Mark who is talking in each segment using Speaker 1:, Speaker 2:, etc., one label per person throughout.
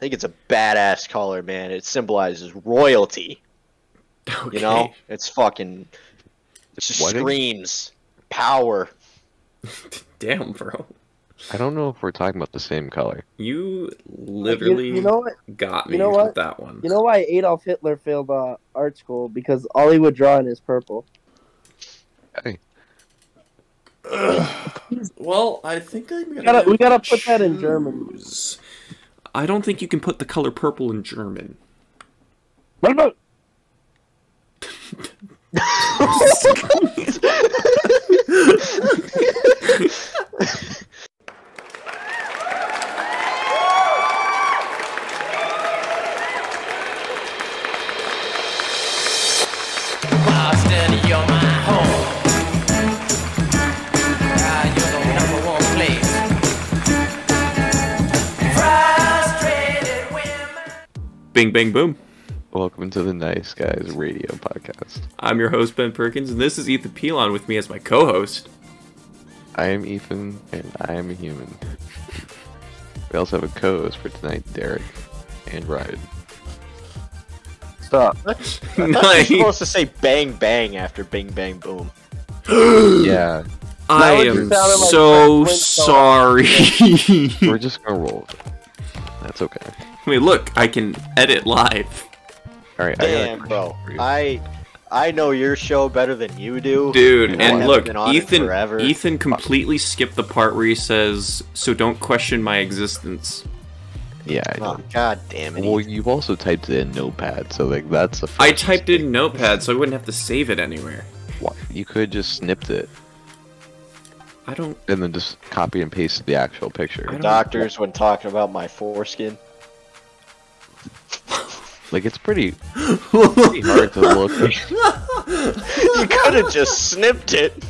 Speaker 1: think it's a badass color, man. It symbolizes royalty.
Speaker 2: Okay.
Speaker 1: You know, it's fucking it just
Speaker 3: Why did-
Speaker 1: screams power.
Speaker 2: Damn, bro.
Speaker 3: I don't know if we're talking about the same color.
Speaker 2: You
Speaker 4: Like, you-
Speaker 2: literally
Speaker 4: you, know what?
Speaker 2: got
Speaker 4: you
Speaker 2: me
Speaker 4: know
Speaker 2: with
Speaker 4: what?
Speaker 2: that one.
Speaker 4: You know why Adolf Hitler failed uh, art school because all he would draw in is purple.
Speaker 2: well, I think I'm gonna
Speaker 4: gotta- we gotta put that in German.
Speaker 2: choose. I don't think you can put the color purple in German.
Speaker 5: Boston, you're my home. Ah, you're the number one place. Frustrated women.
Speaker 2: Bing, bang, boom.
Speaker 3: Welcome to the Nice Guys Radio Podcast.
Speaker 2: I'm your host Ben Perkins, and this is Ethan Pelon with me as my co-host.
Speaker 3: I am Ethan, and I am a human. We also have a co-host for tonight, Derek and Ryan.
Speaker 1: Stop. You're
Speaker 2: Nice.
Speaker 1: supposed to say bang bang after bing bang boom.
Speaker 3: Yeah,
Speaker 2: I
Speaker 4: That would
Speaker 2: am
Speaker 4: sound like
Speaker 2: so
Speaker 4: Fred Flintstone.
Speaker 2: sorry. I
Speaker 3: we're just gonna roll. with it. That's okay.
Speaker 2: mean, look, I can edit live,
Speaker 3: All right. I got a
Speaker 1: Damn,
Speaker 3: question
Speaker 1: bro.
Speaker 3: for you.
Speaker 1: I I know your show better than you do.
Speaker 2: dude.
Speaker 1: I
Speaker 2: And
Speaker 1: haven't
Speaker 2: look,
Speaker 1: been on it
Speaker 2: Ethan,
Speaker 1: forever.
Speaker 2: Ethan completely skipped the part where he says, "So don't question my existence."
Speaker 3: yeah. I
Speaker 1: Oh,
Speaker 3: know.
Speaker 1: God damn it.
Speaker 3: Well, you've also typed it in Notepad, so like that's a.
Speaker 2: I typed it in Notepad, so I wouldn't have to save it anywhere.
Speaker 3: You could just snipped it
Speaker 2: I don't.
Speaker 3: and then just copy and paste the actual picture.
Speaker 2: I don't-
Speaker 1: Doctors, when talking about my foreskin,
Speaker 3: Like it's pretty, pretty hard to look.
Speaker 1: you could have just snipped it.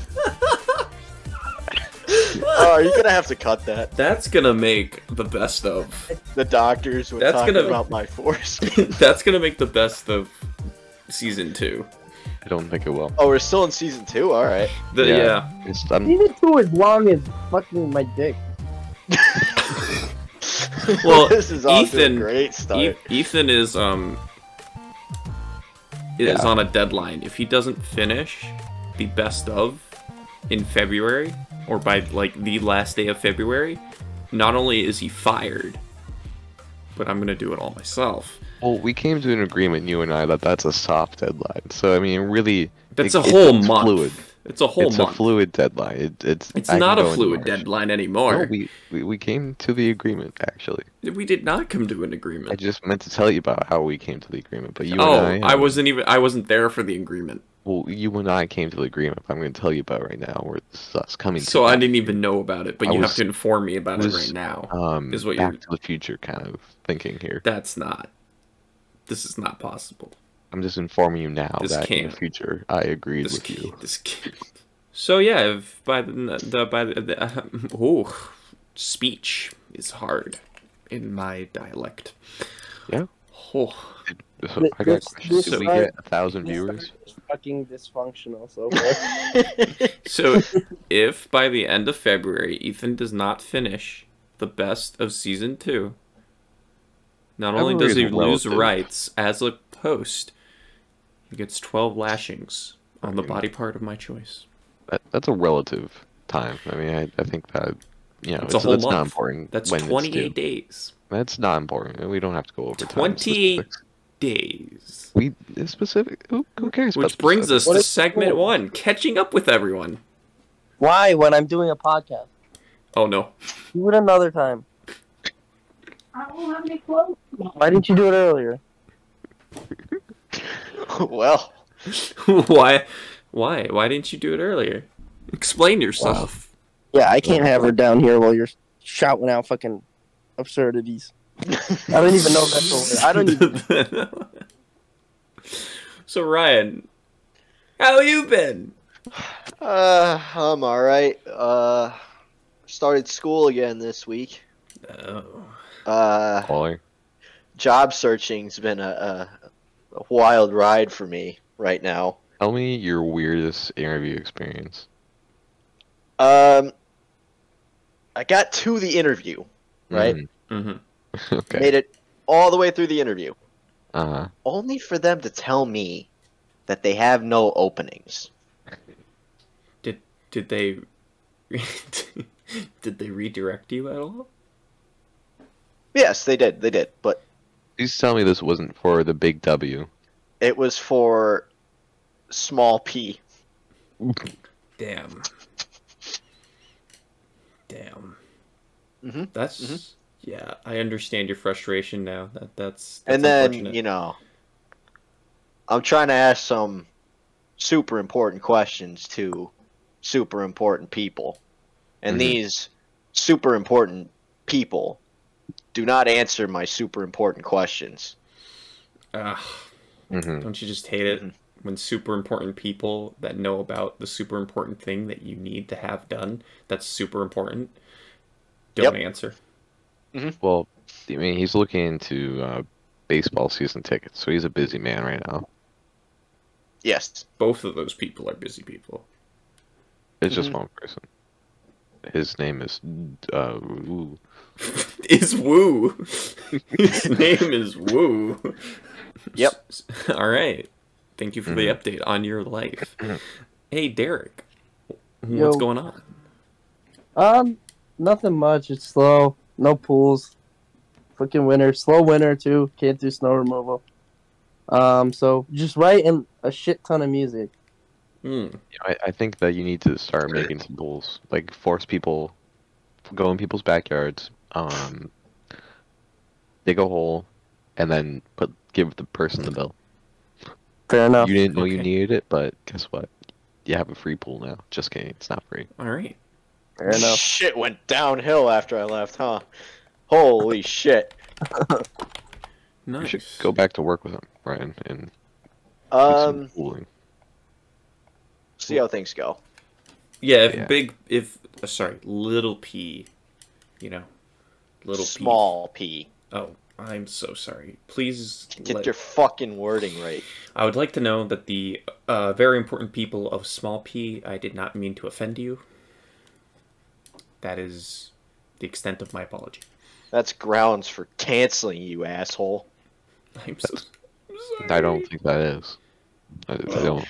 Speaker 1: oh, you're gonna have to cut that.
Speaker 2: That's gonna make the best of.
Speaker 1: The doctors when
Speaker 2: That's
Speaker 1: talking
Speaker 2: gonna-
Speaker 1: about my foreskin.
Speaker 2: That's gonna make the best of season two.
Speaker 3: I don't think it will.
Speaker 1: Oh, we're still in season two. All right.
Speaker 2: The, yeah.
Speaker 3: It's, I'm,
Speaker 4: Season two is long as fucking my dick.
Speaker 2: Well,
Speaker 1: this is off to a
Speaker 2: Ethan-
Speaker 1: great start.
Speaker 2: E- Ethan is um is
Speaker 3: Yeah.
Speaker 2: on a deadline. If he doesn't finish the best of in February or by like the last day of February, not only is he fired, but I'm gonna do it all myself.
Speaker 3: well, we came to an agreement, you and I, that that's a soft deadline. So I mean, really,
Speaker 2: That's
Speaker 3: it-
Speaker 2: a whole
Speaker 3: it's
Speaker 2: month.
Speaker 3: Fluid.
Speaker 2: It's a whole
Speaker 3: it's
Speaker 2: month.
Speaker 3: a fluid deadline. It, it's
Speaker 2: it's
Speaker 3: I can
Speaker 2: not
Speaker 3: go
Speaker 2: a
Speaker 3: in
Speaker 2: fluid
Speaker 3: March.
Speaker 2: deadline
Speaker 3: No,
Speaker 2: anymore.
Speaker 3: we, we we came to the agreement actually.
Speaker 2: we... did not come to an agreement.
Speaker 3: I just meant to tell you about how we came to the agreement, but you
Speaker 2: oh,
Speaker 3: and I, uh,
Speaker 2: I wasn't even I wasn't there for the agreement,
Speaker 3: well, you and I came to the agreement. but I'm going to tell you about right now. Where this is us coming.
Speaker 2: so
Speaker 3: to
Speaker 2: I didn't even know about it. But
Speaker 3: I
Speaker 2: you have
Speaker 3: was-
Speaker 2: to inform me about it
Speaker 3: was,
Speaker 2: right now.
Speaker 3: um
Speaker 2: is what you're-
Speaker 3: Back to the Future kind of thinking here.
Speaker 2: That's not. This is not possible.
Speaker 3: I'm just informing you now
Speaker 2: This
Speaker 3: that in
Speaker 2: can't.
Speaker 3: the future I agreed
Speaker 2: This
Speaker 3: with
Speaker 2: kid,
Speaker 3: you.
Speaker 2: this kid. So yeah, if by the, the by the, the uh, oh, speech is hard in my dialect.
Speaker 3: Yeah.
Speaker 2: Oh,
Speaker 3: So
Speaker 4: Th-
Speaker 3: I got a
Speaker 4: this-
Speaker 3: question.
Speaker 4: this
Speaker 3: Did we
Speaker 4: side-
Speaker 3: get a thousand
Speaker 4: This
Speaker 3: viewers?
Speaker 4: side is Fucking dysfunctional. So far.
Speaker 2: so if by the end of February Ethan does not finish the best of season two, not only does he
Speaker 3: February is
Speaker 2: lose
Speaker 3: relative.
Speaker 2: rights as a host, he gets twelve lashings on the
Speaker 3: Fucking-
Speaker 2: body part of my choice.
Speaker 3: That, that's a relative time. I mean, I, I think that you know
Speaker 2: That's
Speaker 3: it's,
Speaker 2: a whole
Speaker 3: that's not
Speaker 2: month.
Speaker 3: important.
Speaker 2: That's
Speaker 3: when it's due.
Speaker 2: twenty-eight days.
Speaker 3: That's not important. We don't have to go over time.
Speaker 2: 28
Speaker 3: specifics.
Speaker 2: days.
Speaker 3: We it's specific. Who, who cares?
Speaker 2: Which brings us
Speaker 4: What
Speaker 2: to
Speaker 4: is-
Speaker 2: segment one catching up with everyone.
Speaker 4: Why? When I'm doing a podcast,
Speaker 2: Oh no.
Speaker 4: do it another time.
Speaker 6: I don't have any clothes.
Speaker 4: Why didn't you do it earlier?
Speaker 1: well,
Speaker 2: why? Why? Why didn't you do it earlier? Explain yourself.
Speaker 4: Yeah, I can't have her down here while you're shouting out fucking absurdities. I don't even know if that's a word. I don't even.
Speaker 2: so Ryan, how you been?
Speaker 1: uh, I'm all right. Uh, started school again this week.
Speaker 2: Oh.
Speaker 1: Uh,
Speaker 3: Caller.
Speaker 1: job searching's been a, a, a wild ride for me right now.
Speaker 3: Tell me your weirdest interview experience.
Speaker 1: Um, I got to the interview, right?
Speaker 3: Mhm.
Speaker 2: Mm-hmm.
Speaker 3: okay.
Speaker 1: Made it all the way through the interview,
Speaker 3: Uh huh.
Speaker 1: only for them to tell me that they have no openings.
Speaker 2: Did did they did they redirect you at all?
Speaker 1: Yes, they did. They did. But
Speaker 3: Please tell me this wasn't for the big W.
Speaker 1: it was for small p.
Speaker 2: Damn. Damn.
Speaker 1: Mhm,
Speaker 2: That's yeah. I understand your frustration now. That that's, that's
Speaker 1: and then,
Speaker 2: unfortunate.
Speaker 1: you know, I'm trying to ask some super important questions to super important people. And
Speaker 3: Mhm.
Speaker 2: Mm-hmm.
Speaker 1: these super important people do not answer my super important questions.
Speaker 2: Ugh.
Speaker 3: Mm-hmm.
Speaker 2: Don't you just hate it when super important people that know about the super important thing that you need to have done that's super important don't answer?
Speaker 3: Well, I mean, he's looking into uh, baseball season tickets, so he's a busy man right now.
Speaker 1: Yes.
Speaker 2: Both of those people are busy people.
Speaker 3: It's just one person. His name is. Uh, ooh.
Speaker 2: It's Woo. His name is Woo.
Speaker 1: Yep.
Speaker 2: S- s- All right. Thank you for the
Speaker 3: Mm-hmm.
Speaker 2: update on your life. hey, Derek. What's
Speaker 4: Yo.
Speaker 2: going on?
Speaker 4: Um, nothing much. It's slow. No pools. Fucking winter. Slow winter too. Can't do snow removal. Um, so just writing a shit ton of music.
Speaker 2: Hmm.
Speaker 3: I, I think that you need to start making some rules, like force people, go in people's backyards, um, dig a hole, and then put give the person the bill.
Speaker 4: Fair enough.
Speaker 3: You didn't know you
Speaker 2: Oh, okay.
Speaker 3: needed it, but guess what? You have a free pool now. Just kidding, it's not free.
Speaker 2: All right.
Speaker 4: Fair enough.
Speaker 1: Shit went downhill after I left, huh? Holy shit.
Speaker 2: Nice.
Speaker 3: You should go back to work with him, Ryan, and do some
Speaker 1: Um,
Speaker 3: pooling.
Speaker 1: see how things go.
Speaker 2: Yeah, if
Speaker 3: Yeah.
Speaker 2: big, if uh, sorry, little p, you know, little p.
Speaker 1: Small p.
Speaker 2: Oh, I'm so sorry. Please,
Speaker 1: Get
Speaker 2: let-
Speaker 1: your fucking wording right.
Speaker 2: I would like to know that the uh, very important people of small p. I did not mean to offend you. That is the extent of my apology.
Speaker 1: That's grounds for canceling you, asshole.
Speaker 2: I'm so. I'm sorry.
Speaker 3: I don't think that is. I, I don't.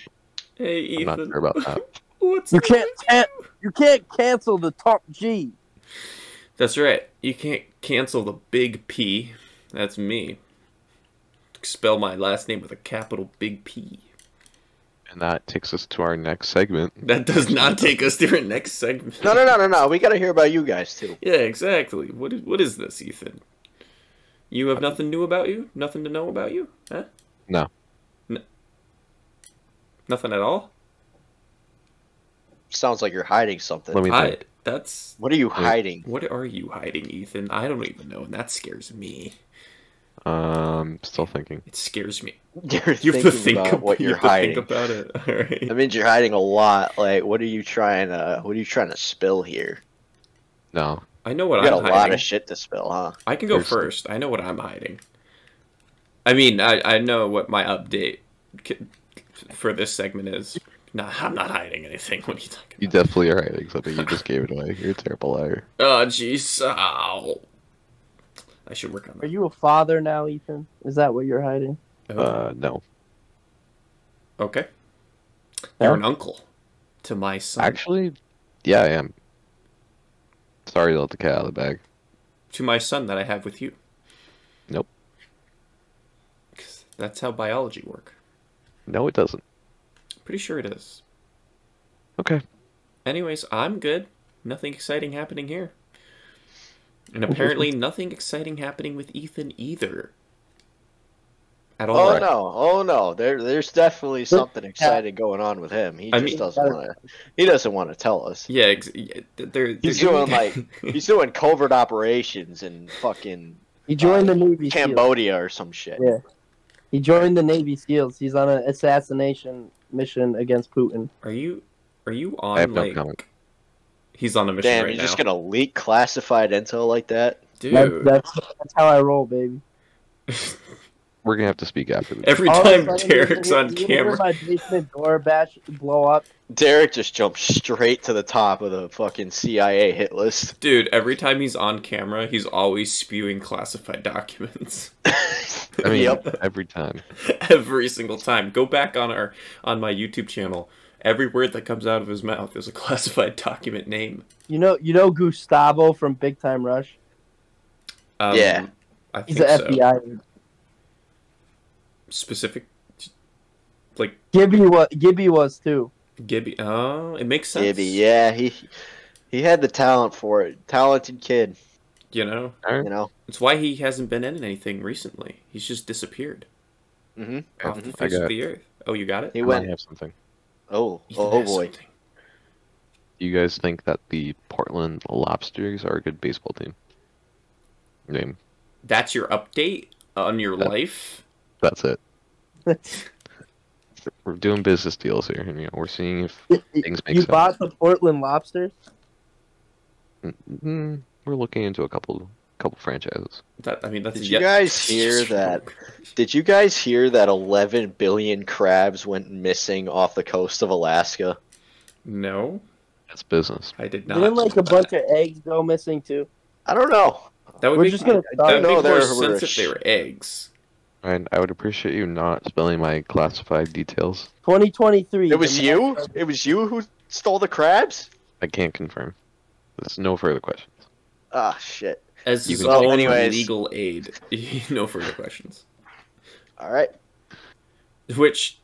Speaker 2: Hey,
Speaker 3: I'm
Speaker 2: Oh, Ethan.
Speaker 3: not sure about that.
Speaker 2: What's
Speaker 4: You can't, can you can't cancel the top G.
Speaker 2: That's right. You can't cancel the big P. That's me. Spell my last name with a capital big P.
Speaker 3: And that takes us to our next segment.
Speaker 2: That does not take us to our next segment.
Speaker 1: No, no, no, no, no. We gotta hear about you guys too.
Speaker 2: Yeah, exactly. What is, what is this, Ethan? You have nothing new about you? Nothing to know about you? Huh?
Speaker 3: No.
Speaker 2: Nothing at all?
Speaker 1: Sounds like you're hiding something.
Speaker 3: Let me
Speaker 2: I,
Speaker 3: think.
Speaker 2: that's.
Speaker 1: What are you hiding?
Speaker 2: What are you hiding, Ethan? I don't even know, and that scares me.
Speaker 3: Um, still thinking.
Speaker 2: It scares me.
Speaker 1: You're
Speaker 2: You
Speaker 1: thinking
Speaker 2: have to think
Speaker 1: about
Speaker 2: about
Speaker 1: what
Speaker 2: you
Speaker 1: you're
Speaker 2: have to
Speaker 1: hiding.
Speaker 2: Think about it. All right.
Speaker 1: That means you're hiding a lot. Like, what are you trying to? What are you trying to spill here?
Speaker 3: No.
Speaker 2: I know what
Speaker 1: You got a
Speaker 2: I'm hiding.
Speaker 1: lot of shit to spill, huh?
Speaker 2: I can go
Speaker 3: First.
Speaker 2: first. I know what I'm hiding. I mean, I, I know what my update c- for this segment is. No, I'm not hiding anything. What are you talking
Speaker 3: You definitely are hiding something. You just gave it away. You're a terrible liar.
Speaker 2: about? Oh, jeez. Ow. I should work on
Speaker 4: Are
Speaker 2: that. Oh,
Speaker 4: you a father now, Ethan? Is that what you're hiding?
Speaker 3: Uh, no.
Speaker 2: okay.
Speaker 4: Yeah.
Speaker 2: You're an uncle to my son.
Speaker 3: Actually, yeah, I am. Sorry to let the cat out of the bag.
Speaker 2: to my son that I have with you.
Speaker 3: Nope.
Speaker 2: 'Cause that's how biology work.
Speaker 3: No, it doesn't.
Speaker 2: Pretty sure it is.
Speaker 3: Okay.
Speaker 2: Anyways, I'm good. Nothing exciting happening here. And apparently nothing exciting happening with Ethan either. At all.
Speaker 1: Oh
Speaker 2: Right.
Speaker 1: no! Oh no! There, there's definitely something exciting going on with him. He
Speaker 2: I
Speaker 1: just
Speaker 2: mean-
Speaker 1: doesn't want to. He doesn't want to tell us.
Speaker 2: Yeah, ex- yeah, th- they're, they're
Speaker 1: He's
Speaker 2: giving
Speaker 1: doing
Speaker 2: me-
Speaker 1: like he's doing covert operations in fucking
Speaker 4: He joined the Navy SEALs.
Speaker 1: Cambodia or some shit.
Speaker 4: Yeah. He joined the Navy SEALs. He's on an assassination mission against Putin.
Speaker 2: Are you are you on
Speaker 3: have no
Speaker 2: like
Speaker 3: comment.
Speaker 2: He's on a mission
Speaker 1: Damn,
Speaker 2: right
Speaker 1: you're
Speaker 2: now.
Speaker 1: just gonna leak classified intel like that?
Speaker 2: Dude.
Speaker 4: That, that's that's how I roll, baby.
Speaker 3: We're gonna have to speak after this.
Speaker 2: Every
Speaker 4: All of a
Speaker 2: time
Speaker 4: sudden,
Speaker 2: Derek's
Speaker 4: you-
Speaker 2: on
Speaker 4: you hear
Speaker 2: camera,
Speaker 4: My basement door batch blow up.
Speaker 1: Derek just jumped straight to the top of the fucking CIA hit list.
Speaker 2: dude, every time he's on camera, he's always spewing classified documents.
Speaker 3: I mean,
Speaker 1: Yep.
Speaker 3: every time.
Speaker 2: every single time. Go back on our on my YouTube channel. Every word that comes out of his mouth is a classified document name.
Speaker 4: You know, you know Gustavo from Big Time Rush.
Speaker 2: Um,
Speaker 1: Yeah.
Speaker 2: I think
Speaker 4: He's an
Speaker 2: so.
Speaker 4: FBI. agent.
Speaker 2: Specific, like
Speaker 4: Gibby was. Gibby was too.
Speaker 2: Gibby. Oh, it makes sense.
Speaker 1: Gibby, yeah, he he had the talent for it. Talented kid,
Speaker 2: You know,
Speaker 1: you know.
Speaker 2: it's why he hasn't been in anything recently. He's just disappeared
Speaker 1: hmm
Speaker 2: off the
Speaker 4: Mm-hmm.
Speaker 3: I
Speaker 2: face
Speaker 3: got-
Speaker 2: of the earth. Oh, you got it.
Speaker 1: He
Speaker 3: I might
Speaker 1: went.
Speaker 3: have something.
Speaker 1: Oh,
Speaker 2: Ethan
Speaker 1: oh
Speaker 2: has
Speaker 1: boy.
Speaker 2: something.
Speaker 3: Do you guys think that the Portland Lobsters are a good baseball team? Name.
Speaker 2: That's your update on your
Speaker 3: Uh,
Speaker 2: life.
Speaker 3: That's it. We're doing business deals here, and you know, we're seeing if things make
Speaker 4: you
Speaker 3: sense.
Speaker 4: bought the Portland Lobsters.
Speaker 3: Mm, we're looking into a couple, couple franchises.
Speaker 2: That I mean, that's
Speaker 1: Did
Speaker 2: yet-
Speaker 1: you guys hear that? Did you guys hear that 11 billion crabs went missing off the coast of Alaska?
Speaker 2: No,
Speaker 3: That's business.
Speaker 2: I did not.
Speaker 4: Didn't like
Speaker 2: know
Speaker 4: a bunch
Speaker 2: that.
Speaker 4: of eggs go missing too.
Speaker 1: I don't know.
Speaker 2: That would
Speaker 4: We're
Speaker 2: make,
Speaker 4: just gonna.
Speaker 1: I
Speaker 2: that
Speaker 1: don't
Speaker 2: would
Speaker 1: know
Speaker 2: make more
Speaker 1: there were
Speaker 2: sense
Speaker 1: a
Speaker 2: if they
Speaker 1: sh-
Speaker 2: were eggs.
Speaker 3: And I would appreciate you not spelling my classified details.
Speaker 4: Twenty twenty three.
Speaker 1: It was you? It was you who stole the crabs?
Speaker 3: I can't confirm. There's no further questions.
Speaker 1: Ah, shit.
Speaker 2: As you
Speaker 1: So,
Speaker 2: own
Speaker 1: anyways.
Speaker 2: legal aid, no further questions.
Speaker 1: All right.
Speaker 2: Which,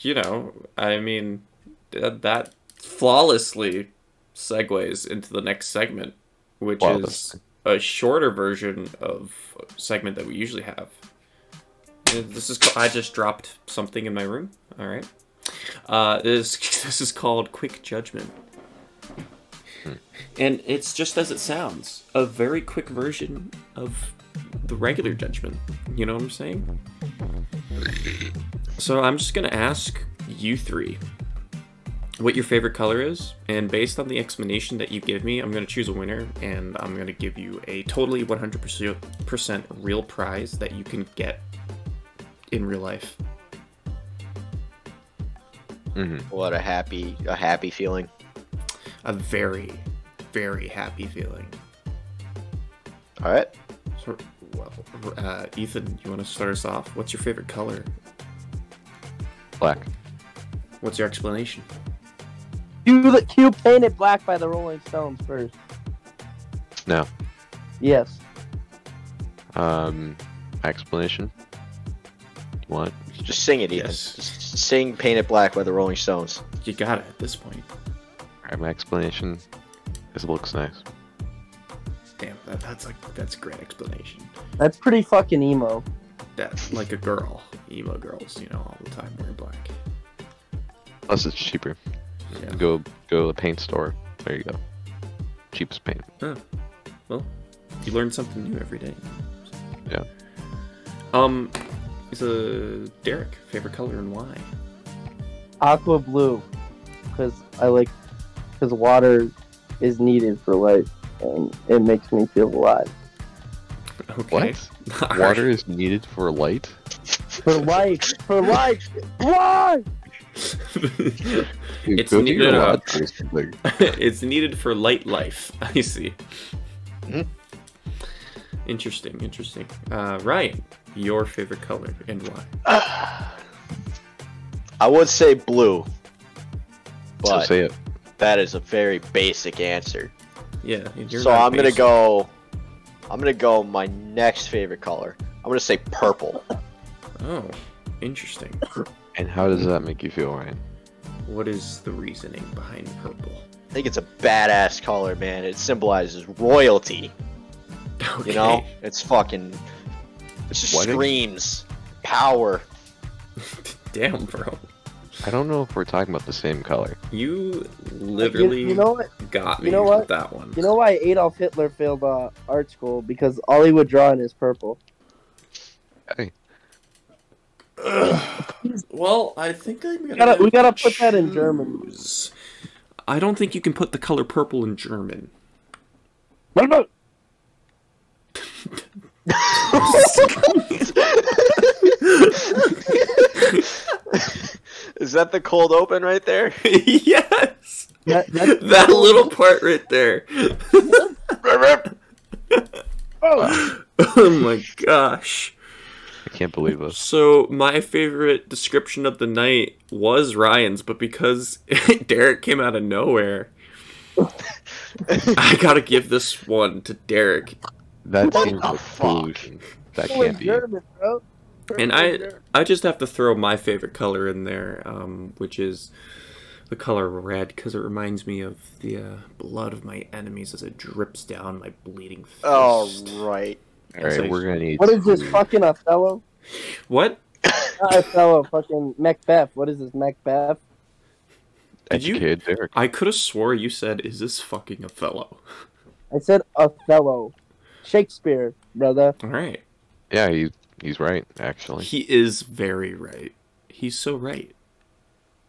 Speaker 2: you know, I mean, that, that flawlessly segues into the next segment, which is
Speaker 3: Flawlessly.
Speaker 2: a shorter version of a segment that we usually have. And This is ca- I just dropped something in my room. All right. Uh, this this is called quick judgment. And it's just as it sounds, a very quick version of the regular judgment. You know what I'm saying? So I'm just gonna ask you three what your favorite color is, and based on the explanation that you give me, I'm gonna choose a winner, and I'm gonna give you a totally 100% real prize that you can get in real life.
Speaker 3: hmm
Speaker 1: What a happy a happy feeling.
Speaker 2: A very, very happy feeling.
Speaker 1: All right.
Speaker 2: So, well, uh, Ethan, you want to start us off? What's your favorite color?
Speaker 3: Black.
Speaker 2: What's your explanation?
Speaker 4: You you painted black by the Rolling Stones first.
Speaker 3: No.
Speaker 4: Yes.
Speaker 3: Um, explanation. You want?
Speaker 1: Just sing it, Ethan.
Speaker 2: Yes.
Speaker 1: Just sing Paint It Black by the Rolling Stones.
Speaker 2: You got it at this point.
Speaker 3: All right, my explanation is it looks nice.
Speaker 2: Damn, that, that's like that's a great explanation.
Speaker 4: That's pretty fucking emo.
Speaker 2: That like a girl, emo girls, you know, all the time wearing black.
Speaker 3: Plus, it's cheaper.
Speaker 2: Yeah.
Speaker 3: Go go to the paint store. There you go. Cheapest paint.
Speaker 2: Well, you learn something new every day.
Speaker 3: Yeah.
Speaker 2: Um, it's a Derek favorite color and why?
Speaker 4: Aqua blue, because I like because water is needed for life, and it makes me feel alive.
Speaker 2: Okay. Alright.
Speaker 3: Water is needed for light.
Speaker 4: For life, for life, why?
Speaker 3: Dude,
Speaker 2: It's
Speaker 3: go to
Speaker 2: needed uh,
Speaker 3: your
Speaker 2: a-
Speaker 3: lodge or something.
Speaker 2: it's needed for light life. I see.
Speaker 1: Mhm.
Speaker 2: Interesting, interesting. Uh, Ryan, your favorite color and why?
Speaker 1: I would say blue.
Speaker 3: So
Speaker 1: But
Speaker 3: say it.
Speaker 1: that is a very basic answer.
Speaker 2: Yeah. and you're
Speaker 1: so
Speaker 2: not
Speaker 1: I'm gonna
Speaker 2: basic.
Speaker 1: go I'm gonna go my next favorite color. I'm gonna say purple.
Speaker 2: Oh, interesting.
Speaker 3: And how does that make you feel, Ryan?
Speaker 2: What is the reasoning behind purple?
Speaker 1: I think it's a badass color, man. It symbolizes royalty.
Speaker 2: Okay.
Speaker 1: You know? It's fucking it just
Speaker 3: Why did-
Speaker 1: screams power.
Speaker 2: Damn, bro.
Speaker 3: I don't know if we're talking about the same color.
Speaker 2: You
Speaker 4: Like, you-
Speaker 2: literally
Speaker 4: you know what?
Speaker 2: got me
Speaker 4: you know
Speaker 2: with
Speaker 4: what?
Speaker 2: that one.
Speaker 4: You know why Adolf Hitler failed uh, art school? Because all he would draw in is purple.
Speaker 2: well, I think I'm gonna
Speaker 4: gotta- we gotta put that in German.
Speaker 2: choose- I don't think you can put the color purple in German.
Speaker 4: What about?
Speaker 1: Is that the cold open right there?
Speaker 2: yes.
Speaker 4: That, that,
Speaker 2: That little part right there. oh my gosh.
Speaker 3: I can't believe us.
Speaker 2: So my favorite description of the night was Ryan's, but because Derek came out of nowhere, I gotta give this one to Derek.
Speaker 3: That
Speaker 1: What
Speaker 3: seems
Speaker 1: the
Speaker 3: like
Speaker 1: fuck?
Speaker 3: collusion. That
Speaker 4: was
Speaker 3: can't be.
Speaker 4: German, bro.
Speaker 2: And I I just have to throw my favorite color in there, um, which is the color red, because it reminds me of the uh, blood of my enemies as it drips down my bleeding fist.
Speaker 1: All right.
Speaker 3: All right, we're gonna need.
Speaker 4: What is this
Speaker 3: food.
Speaker 4: fucking Othello?
Speaker 2: What?
Speaker 4: Not Othello, fucking Macbeth. What is this, Macbeth?
Speaker 2: Did you-
Speaker 3: Educated Derek.
Speaker 2: I could have swore you said, "Is this fucking Othello?"
Speaker 4: I said Othello. Shakespeare, brother.
Speaker 2: All right,
Speaker 3: Yeah, he he's right actually.
Speaker 2: he is very right. He's so right.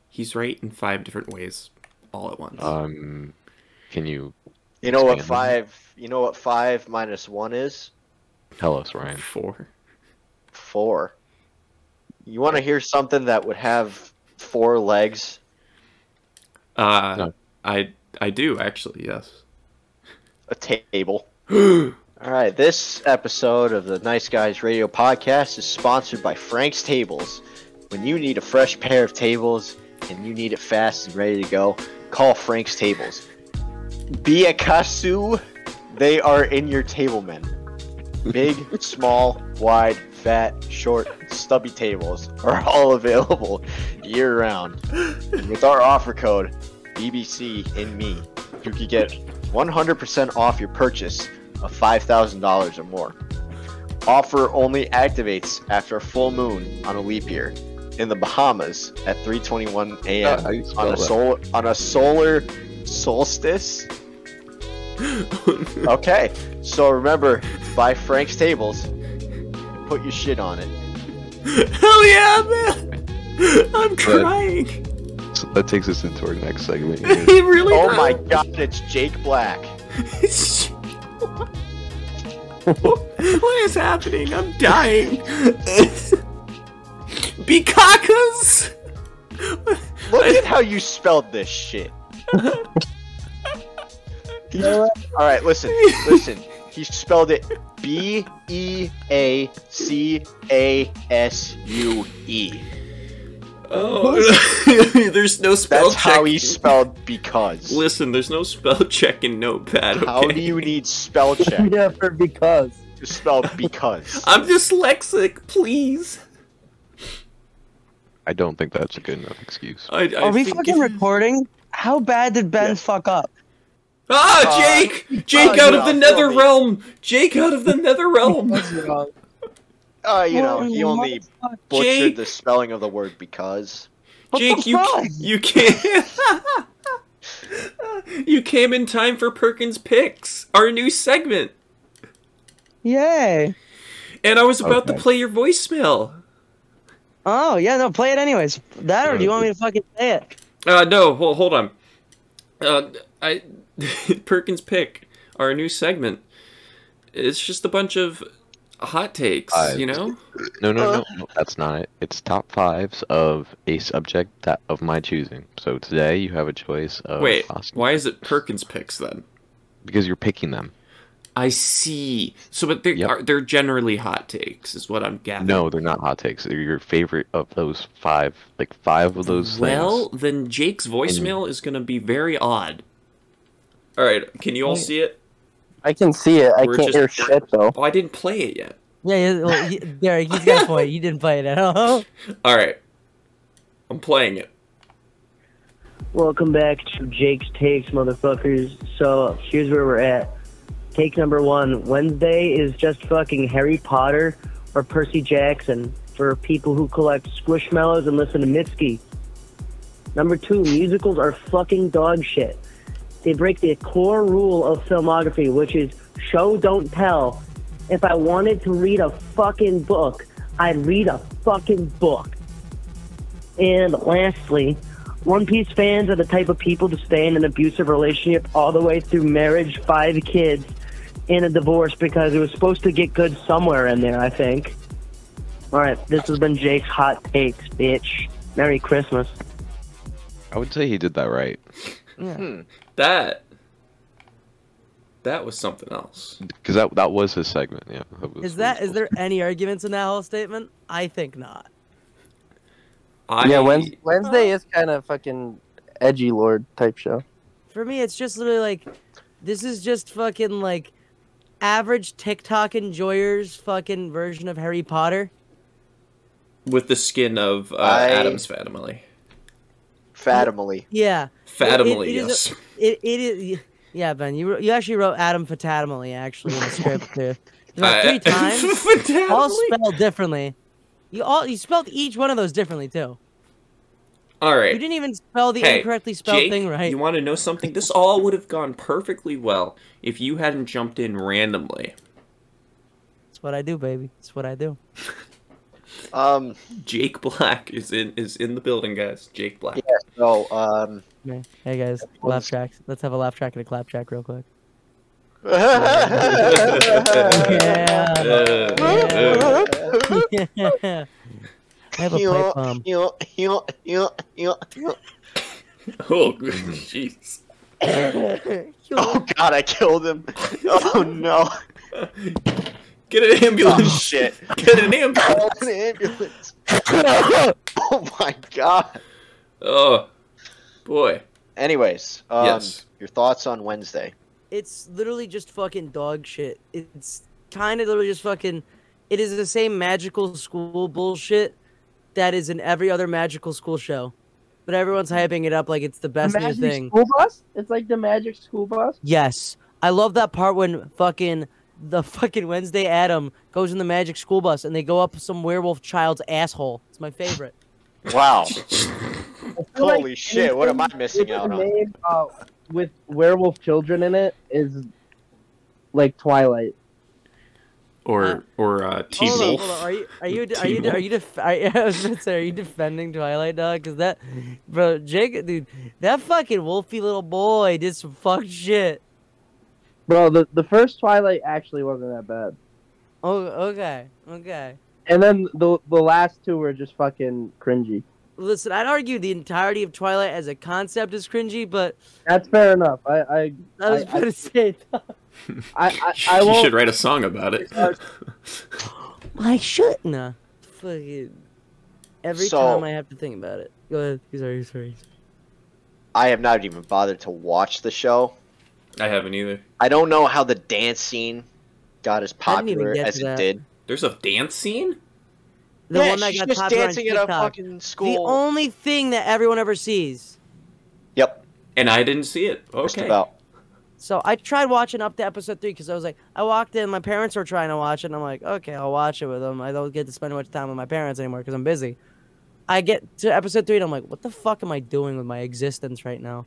Speaker 2: He's right in five different ways, all at once.
Speaker 3: Um, can you
Speaker 1: You know what
Speaker 3: Expand.
Speaker 1: five? You know what five minus one is?
Speaker 3: tell us, Ryan?
Speaker 2: Four.
Speaker 1: Four. You want to hear something that would have four legs?
Speaker 2: Uh,
Speaker 3: No.
Speaker 2: I I do actually. Yes.
Speaker 1: A table. All right, this episode of the Nice Guys Radio podcast is sponsored by Frank's Tables. When you need a fresh pair of tables and you need it fast and ready to go, call Frank's Tables. Biakasu, they are in your table men. Big, small, wide, fat, short, stubby tables are all available year round. And with our offer code, BBC in me, you can get 100% off your purchase of $5,000 or more. Offer only activates after a full moon on a leap year in the Bahamas at 3:21 a.m.
Speaker 3: How do you spell
Speaker 1: Uh, on a
Speaker 3: that?
Speaker 1: sol- on a solar solstice. Okay, so remember, buy Frank's Tables and put your shit on it.
Speaker 2: Hell yeah, man! I'm crying.
Speaker 3: So that takes us into our next segment. here.
Speaker 2: it really.
Speaker 1: Oh my
Speaker 2: does.
Speaker 1: god, it's Jake Black.
Speaker 2: what is happening? I'm dying. Bikakas.
Speaker 1: Look at how you spelled this shit.
Speaker 4: You know what?
Speaker 1: All right, listen, listen. He spelled it B E A C A S U E.
Speaker 2: Oh, there's no spell
Speaker 1: That's
Speaker 2: check.
Speaker 1: how he spelled because.
Speaker 2: Listen, there's no spell check in Notepad. Okay?
Speaker 1: How do you need spell check
Speaker 4: yeah, for because.
Speaker 1: to spell because?
Speaker 2: I'm dyslexic, please.
Speaker 3: I don't think that's a good enough excuse.
Speaker 2: I, I
Speaker 7: Are we
Speaker 2: think
Speaker 7: fucking
Speaker 2: if-
Speaker 7: recording? How bad did Ben
Speaker 1: Yes.
Speaker 7: fuck up?
Speaker 2: Ah,
Speaker 1: Uh,
Speaker 2: Jake! Jake
Speaker 1: uh,
Speaker 2: out
Speaker 1: you
Speaker 2: of the
Speaker 1: know,
Speaker 2: nether
Speaker 1: Sylvie.
Speaker 2: realm! Jake out of the nether realm!
Speaker 4: That's wrong.
Speaker 1: Uh, you know, he
Speaker 7: What
Speaker 1: only
Speaker 7: the fuck?
Speaker 1: butchered
Speaker 2: Jake.
Speaker 1: the spelling of the word because.
Speaker 7: What
Speaker 2: Jake,
Speaker 7: the
Speaker 2: you
Speaker 7: fuck?
Speaker 2: you came you came in time for Perkins Picks, our new segment,
Speaker 7: Yay!
Speaker 2: and I was about to
Speaker 3: Okay.
Speaker 2: play your voicemail.
Speaker 7: Oh yeah, no, play it anyways. That or do you want me to fucking play it?
Speaker 2: Uh, no, hold hold on. Uh, I Perkins Pick, our new segment. It's just a bunch of hot takes,
Speaker 3: Five.
Speaker 2: you know.
Speaker 3: No, no, no, no, that's not it. It's top fives of a subject that of my choosing. So today you have a choice of.
Speaker 2: Wait,
Speaker 3: Austin-
Speaker 2: why is it Perkins Picks then?
Speaker 3: Because you're picking them.
Speaker 2: I see. So, but they're
Speaker 3: Yep.
Speaker 2: are, they're generally hot takes, is what I'm gathering.
Speaker 3: No, they're not hot takes. They're your favorite of those five. Like five of those
Speaker 2: Well,
Speaker 3: things. Mm.
Speaker 2: then Jake's voicemail is going to be very odd. All right, can you all see it?
Speaker 4: I can see it. I
Speaker 2: We're
Speaker 4: can't
Speaker 2: just-
Speaker 4: hear shit though.
Speaker 2: Oh, I didn't play it yet.
Speaker 7: Yeah, yeah well, he, Derek, he's got a point. You didn't play it at all.
Speaker 2: All right, I'm playing it.
Speaker 8: Welcome back to Jake's Takes, motherfuckers. So here's where we're at. Take number one Wednesday is just fucking Harry Potter or Percy Jackson for people who collect squishmallows and listen to Mitski. Number two, musicals are fucking dog shit. They break the core rule of filmography, which is show, don't tell. If I wanted to read a fucking book, I'd read a fucking book. And lastly, one Piece fans are the type of people to stay in an abusive relationship all the way through marriage, five kids, and a divorce because it was supposed to get good somewhere in there, I think. All right, this has been Jake's Hot Takes, bitch. Merry Christmas.
Speaker 3: I would say he did that right.
Speaker 2: That that was something else.
Speaker 3: Because that that was his segment, yeah. was
Speaker 8: Is that
Speaker 3: his-
Speaker 8: is there any arguments in that whole statement? I think not.
Speaker 2: I
Speaker 4: yeah, Wednesday,
Speaker 1: Oh.
Speaker 4: Wednesday is kind of fucking edgy lord type show.
Speaker 8: For me, it's just literally like this is just fucking like average TikTok enjoyers fucking version of Harry Potter.
Speaker 2: with the skin of uh,
Speaker 1: I-
Speaker 2: Adam's family.
Speaker 1: Fatimally.
Speaker 8: Yeah,
Speaker 2: Fatimally,
Speaker 8: it is
Speaker 2: yes.
Speaker 8: it it is. Yeah, Ben, you wrote- you actually wrote Adam Fatamally actually in the script too. About
Speaker 2: I-
Speaker 8: three times,
Speaker 2: Fatimally?
Speaker 8: all spelled differently. You all you spelled each one of those differently too.
Speaker 2: All right.
Speaker 8: You didn't even spell the
Speaker 2: Hey,
Speaker 8: incorrectly spelled
Speaker 2: Jake,
Speaker 8: thing right.
Speaker 2: You want to know something? This all would have gone perfectly well if you hadn't jumped in randomly.
Speaker 8: That's what I do, baby. That's what I do.
Speaker 1: Um,
Speaker 2: Jake Black is in is in the building, guys. Jake Black.
Speaker 1: so, um,
Speaker 8: Hey guys, laugh tracks. Let's have a laugh track and a clap track real quick. Yeah.
Speaker 2: Uh,
Speaker 8: Yeah. I have a pipe bomb.
Speaker 1: oh
Speaker 2: oh, good jeez.
Speaker 1: Oh, god, I killed him. Oh no.
Speaker 2: Get an ambulance.
Speaker 1: Oh shit.
Speaker 2: Get an ambulance.
Speaker 1: Call an ambulance. Oh my god.
Speaker 2: Oh, boy.
Speaker 1: Anyways, um,
Speaker 2: Yes.
Speaker 1: your thoughts on Wednesday?
Speaker 8: It's literally just fucking dog shit. It's kind of literally just fucking. It is the same magical school bullshit that is in every other magical school show, but everyone's hyping it up like it's the best new
Speaker 4: magic
Speaker 8: thing.
Speaker 4: school bus? It's like the magic school bus.
Speaker 8: Yes. I love that part when fucking the fucking Wednesday Adam goes in the magic school bus and they go up some werewolf child's asshole. It's my favorite.
Speaker 1: Wow.
Speaker 4: I feel like
Speaker 1: Holy shit, what am I
Speaker 4: anything
Speaker 1: missing
Speaker 4: with
Speaker 1: out
Speaker 4: a
Speaker 1: on?
Speaker 4: name, uh, with werewolf children in it is like Twilight.
Speaker 2: Or or uh, T
Speaker 8: Hold on, hold on.
Speaker 2: Wolf.
Speaker 8: Are you are you are
Speaker 2: Teen
Speaker 8: you are you, def- are, you- I was gonna say, are you defending Twilight Dog? Cause that bro Jake dude, that fucking wolfy little boy did some fuck shit.
Speaker 4: Bro, the, the first Twilight actually wasn't that bad.
Speaker 8: Oh okay okay.
Speaker 4: And then the the last two were just fucking cringy.
Speaker 8: Listen, I'd argue the entirety of Twilight as a concept is cringy, but
Speaker 4: That's fair enough. I I
Speaker 8: I was
Speaker 4: I- I-
Speaker 8: gonna say
Speaker 4: I, I, I
Speaker 2: you should
Speaker 4: won't.
Speaker 2: write a song about it.
Speaker 8: I shouldn't. Nah. Fucking. Every
Speaker 1: So-
Speaker 8: time I have to think about it. Go ahead. Sorry, sorry.
Speaker 1: I have not even bothered to watch the show.
Speaker 2: I haven't either.
Speaker 1: I don't know how the dance scene got as
Speaker 8: I didn't even
Speaker 1: popular
Speaker 8: get
Speaker 1: as
Speaker 8: to
Speaker 1: it
Speaker 8: that.
Speaker 1: did.
Speaker 2: There's a dance scene.
Speaker 8: The
Speaker 1: yeah,
Speaker 8: one that
Speaker 1: she's
Speaker 8: got
Speaker 1: just
Speaker 8: popular on
Speaker 1: dancing at a
Speaker 8: TikTok.
Speaker 1: fucking
Speaker 8: The
Speaker 1: school.
Speaker 8: only thing that everyone ever sees.
Speaker 1: Yep,
Speaker 2: And I didn't see it.
Speaker 1: just
Speaker 2: Okay.
Speaker 1: about.
Speaker 8: So I tried watching up to episode three because I was like, I walked in, my parents were trying to watch it, and I'm like, okay, I'll watch it with them. I don't get to spend much time with my parents anymore because I'm busy. I get to episode three, and I'm like, what the fuck am I doing with my existence right now?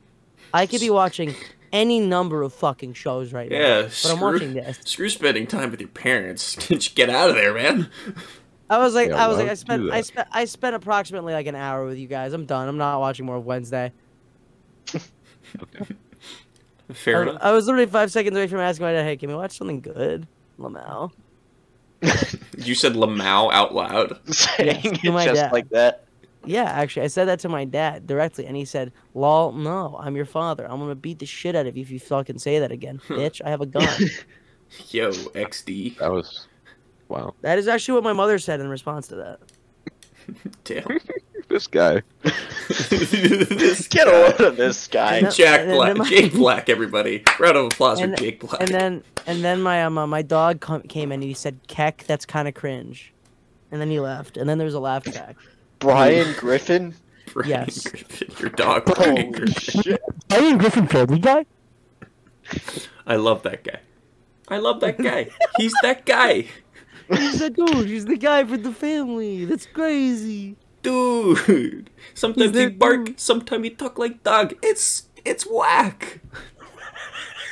Speaker 8: I could be watching any number of fucking shows right now.
Speaker 2: Yeah,
Speaker 8: but I'm watching this.
Speaker 2: Screw spending time with your parents. Just get out of there, man.
Speaker 8: I was like,
Speaker 3: Yeah,
Speaker 8: I was
Speaker 3: why would you
Speaker 8: like, I
Speaker 3: do
Speaker 8: spent, I
Speaker 3: that?
Speaker 8: spent, I spent approximately like an hour with you guys. I'm done. I'm not watching more of Wednesday. I,
Speaker 2: Fair
Speaker 8: was-
Speaker 2: enough.
Speaker 8: I was literally five seconds away from asking my dad, "Hey, can we watch something good?" Lamau.
Speaker 2: You said Lamau out loud.
Speaker 1: Saying
Speaker 8: to
Speaker 1: it
Speaker 8: my
Speaker 1: just
Speaker 8: dad.
Speaker 1: like that.
Speaker 8: Yeah, actually, I said that to my dad directly, and he said, "Lol, no, I'm your father. I'm gonna beat the shit out of you if you fucking say that again, bitch. I have a gun."
Speaker 2: Yo, XD.
Speaker 3: That was wow.
Speaker 8: that is actually what my mother said in response to that.
Speaker 2: Damn.
Speaker 3: This guy.
Speaker 2: This
Speaker 1: Get a
Speaker 2: guy.
Speaker 1: load of this guy.
Speaker 8: No,
Speaker 2: Jack
Speaker 8: and then
Speaker 2: Black.
Speaker 8: my-
Speaker 2: Jake Black, everybody. Round of applause
Speaker 8: And-
Speaker 2: for Jake Black.
Speaker 8: And then, and then my um, uh, my dog com- came in and he said, "Keck, that's kind of cringe," and then he left. And then there was a laugh track.
Speaker 1: Brian Griffin?
Speaker 2: Brian
Speaker 8: yes.
Speaker 2: Griffin, your dog.
Speaker 1: Oh.
Speaker 2: Brian
Speaker 1: Holy
Speaker 2: Griffin.
Speaker 1: shit.
Speaker 8: Are you Griffin Family guy?
Speaker 2: I love that guy. I love that guy. He's that guy.
Speaker 8: He's the dude. He's the guy for the family. That's crazy.
Speaker 2: Dude. Sometimes he
Speaker 8: there,
Speaker 2: bark, sometimes he talk like dog. It's it's whack.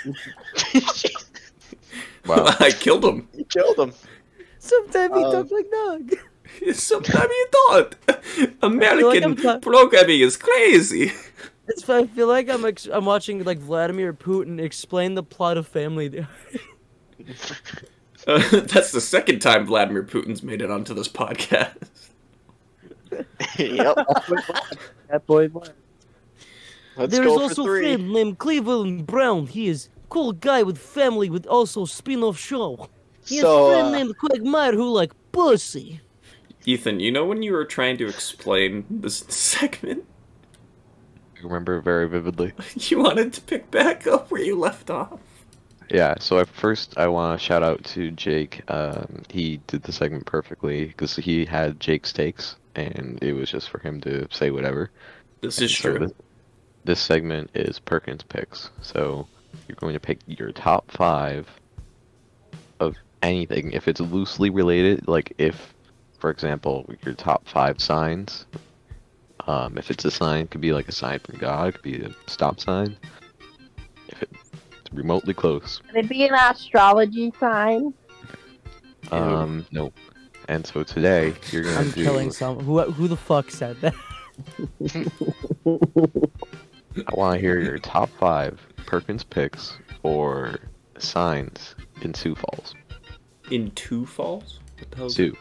Speaker 3: Wow.
Speaker 2: I killed him.
Speaker 1: You killed him.
Speaker 8: Sometimes he
Speaker 1: Um,
Speaker 8: talks like dog.
Speaker 2: Sometimes you don't. American
Speaker 8: I'm ta-
Speaker 2: programming is crazy.
Speaker 8: It's, I feel like I'm ex- I'm watching like Vladimir Putin explain the plot of Family. Guy.
Speaker 2: Uh, that's the second time Vladimir Putin's made it onto this podcast.
Speaker 1: yep.
Speaker 4: That boy. boy.
Speaker 1: Let's
Speaker 8: There is
Speaker 1: go
Speaker 8: also
Speaker 1: for three.
Speaker 8: friend named Cleveland Brown. He is cool guy with family with also spin-off show. He has
Speaker 1: So,
Speaker 8: friend
Speaker 1: uh,
Speaker 8: named Quagmire who like pussy.
Speaker 2: Ethan, you know when you were trying to explain this segment,
Speaker 3: I remember it very vividly.
Speaker 2: you wanted to pick back up where you left off.
Speaker 3: Yeah, so at first I want to shout out to Jake. Um, he did the segment perfectly because he had Jake's takes, and it was just for him to say whatever.
Speaker 2: This is
Speaker 3: So
Speaker 2: true.
Speaker 3: This, this segment is Perkins picks. So you're going to pick your top five of anything. If it's loosely related, like if, for example, your top five signs. Um, if it's a sign, it could be like a sign from God. It could be a stop sign. If it's remotely close,
Speaker 6: Would it be an astrology sign?
Speaker 3: um, no. And so today you're gonna
Speaker 8: I'm
Speaker 3: do.
Speaker 8: killing some. Who who the fuck said that?
Speaker 3: I want to hear your top five Perkins picks for signs in Sioux Falls.
Speaker 2: In Two Falls? What the hell is-
Speaker 3: Sioux.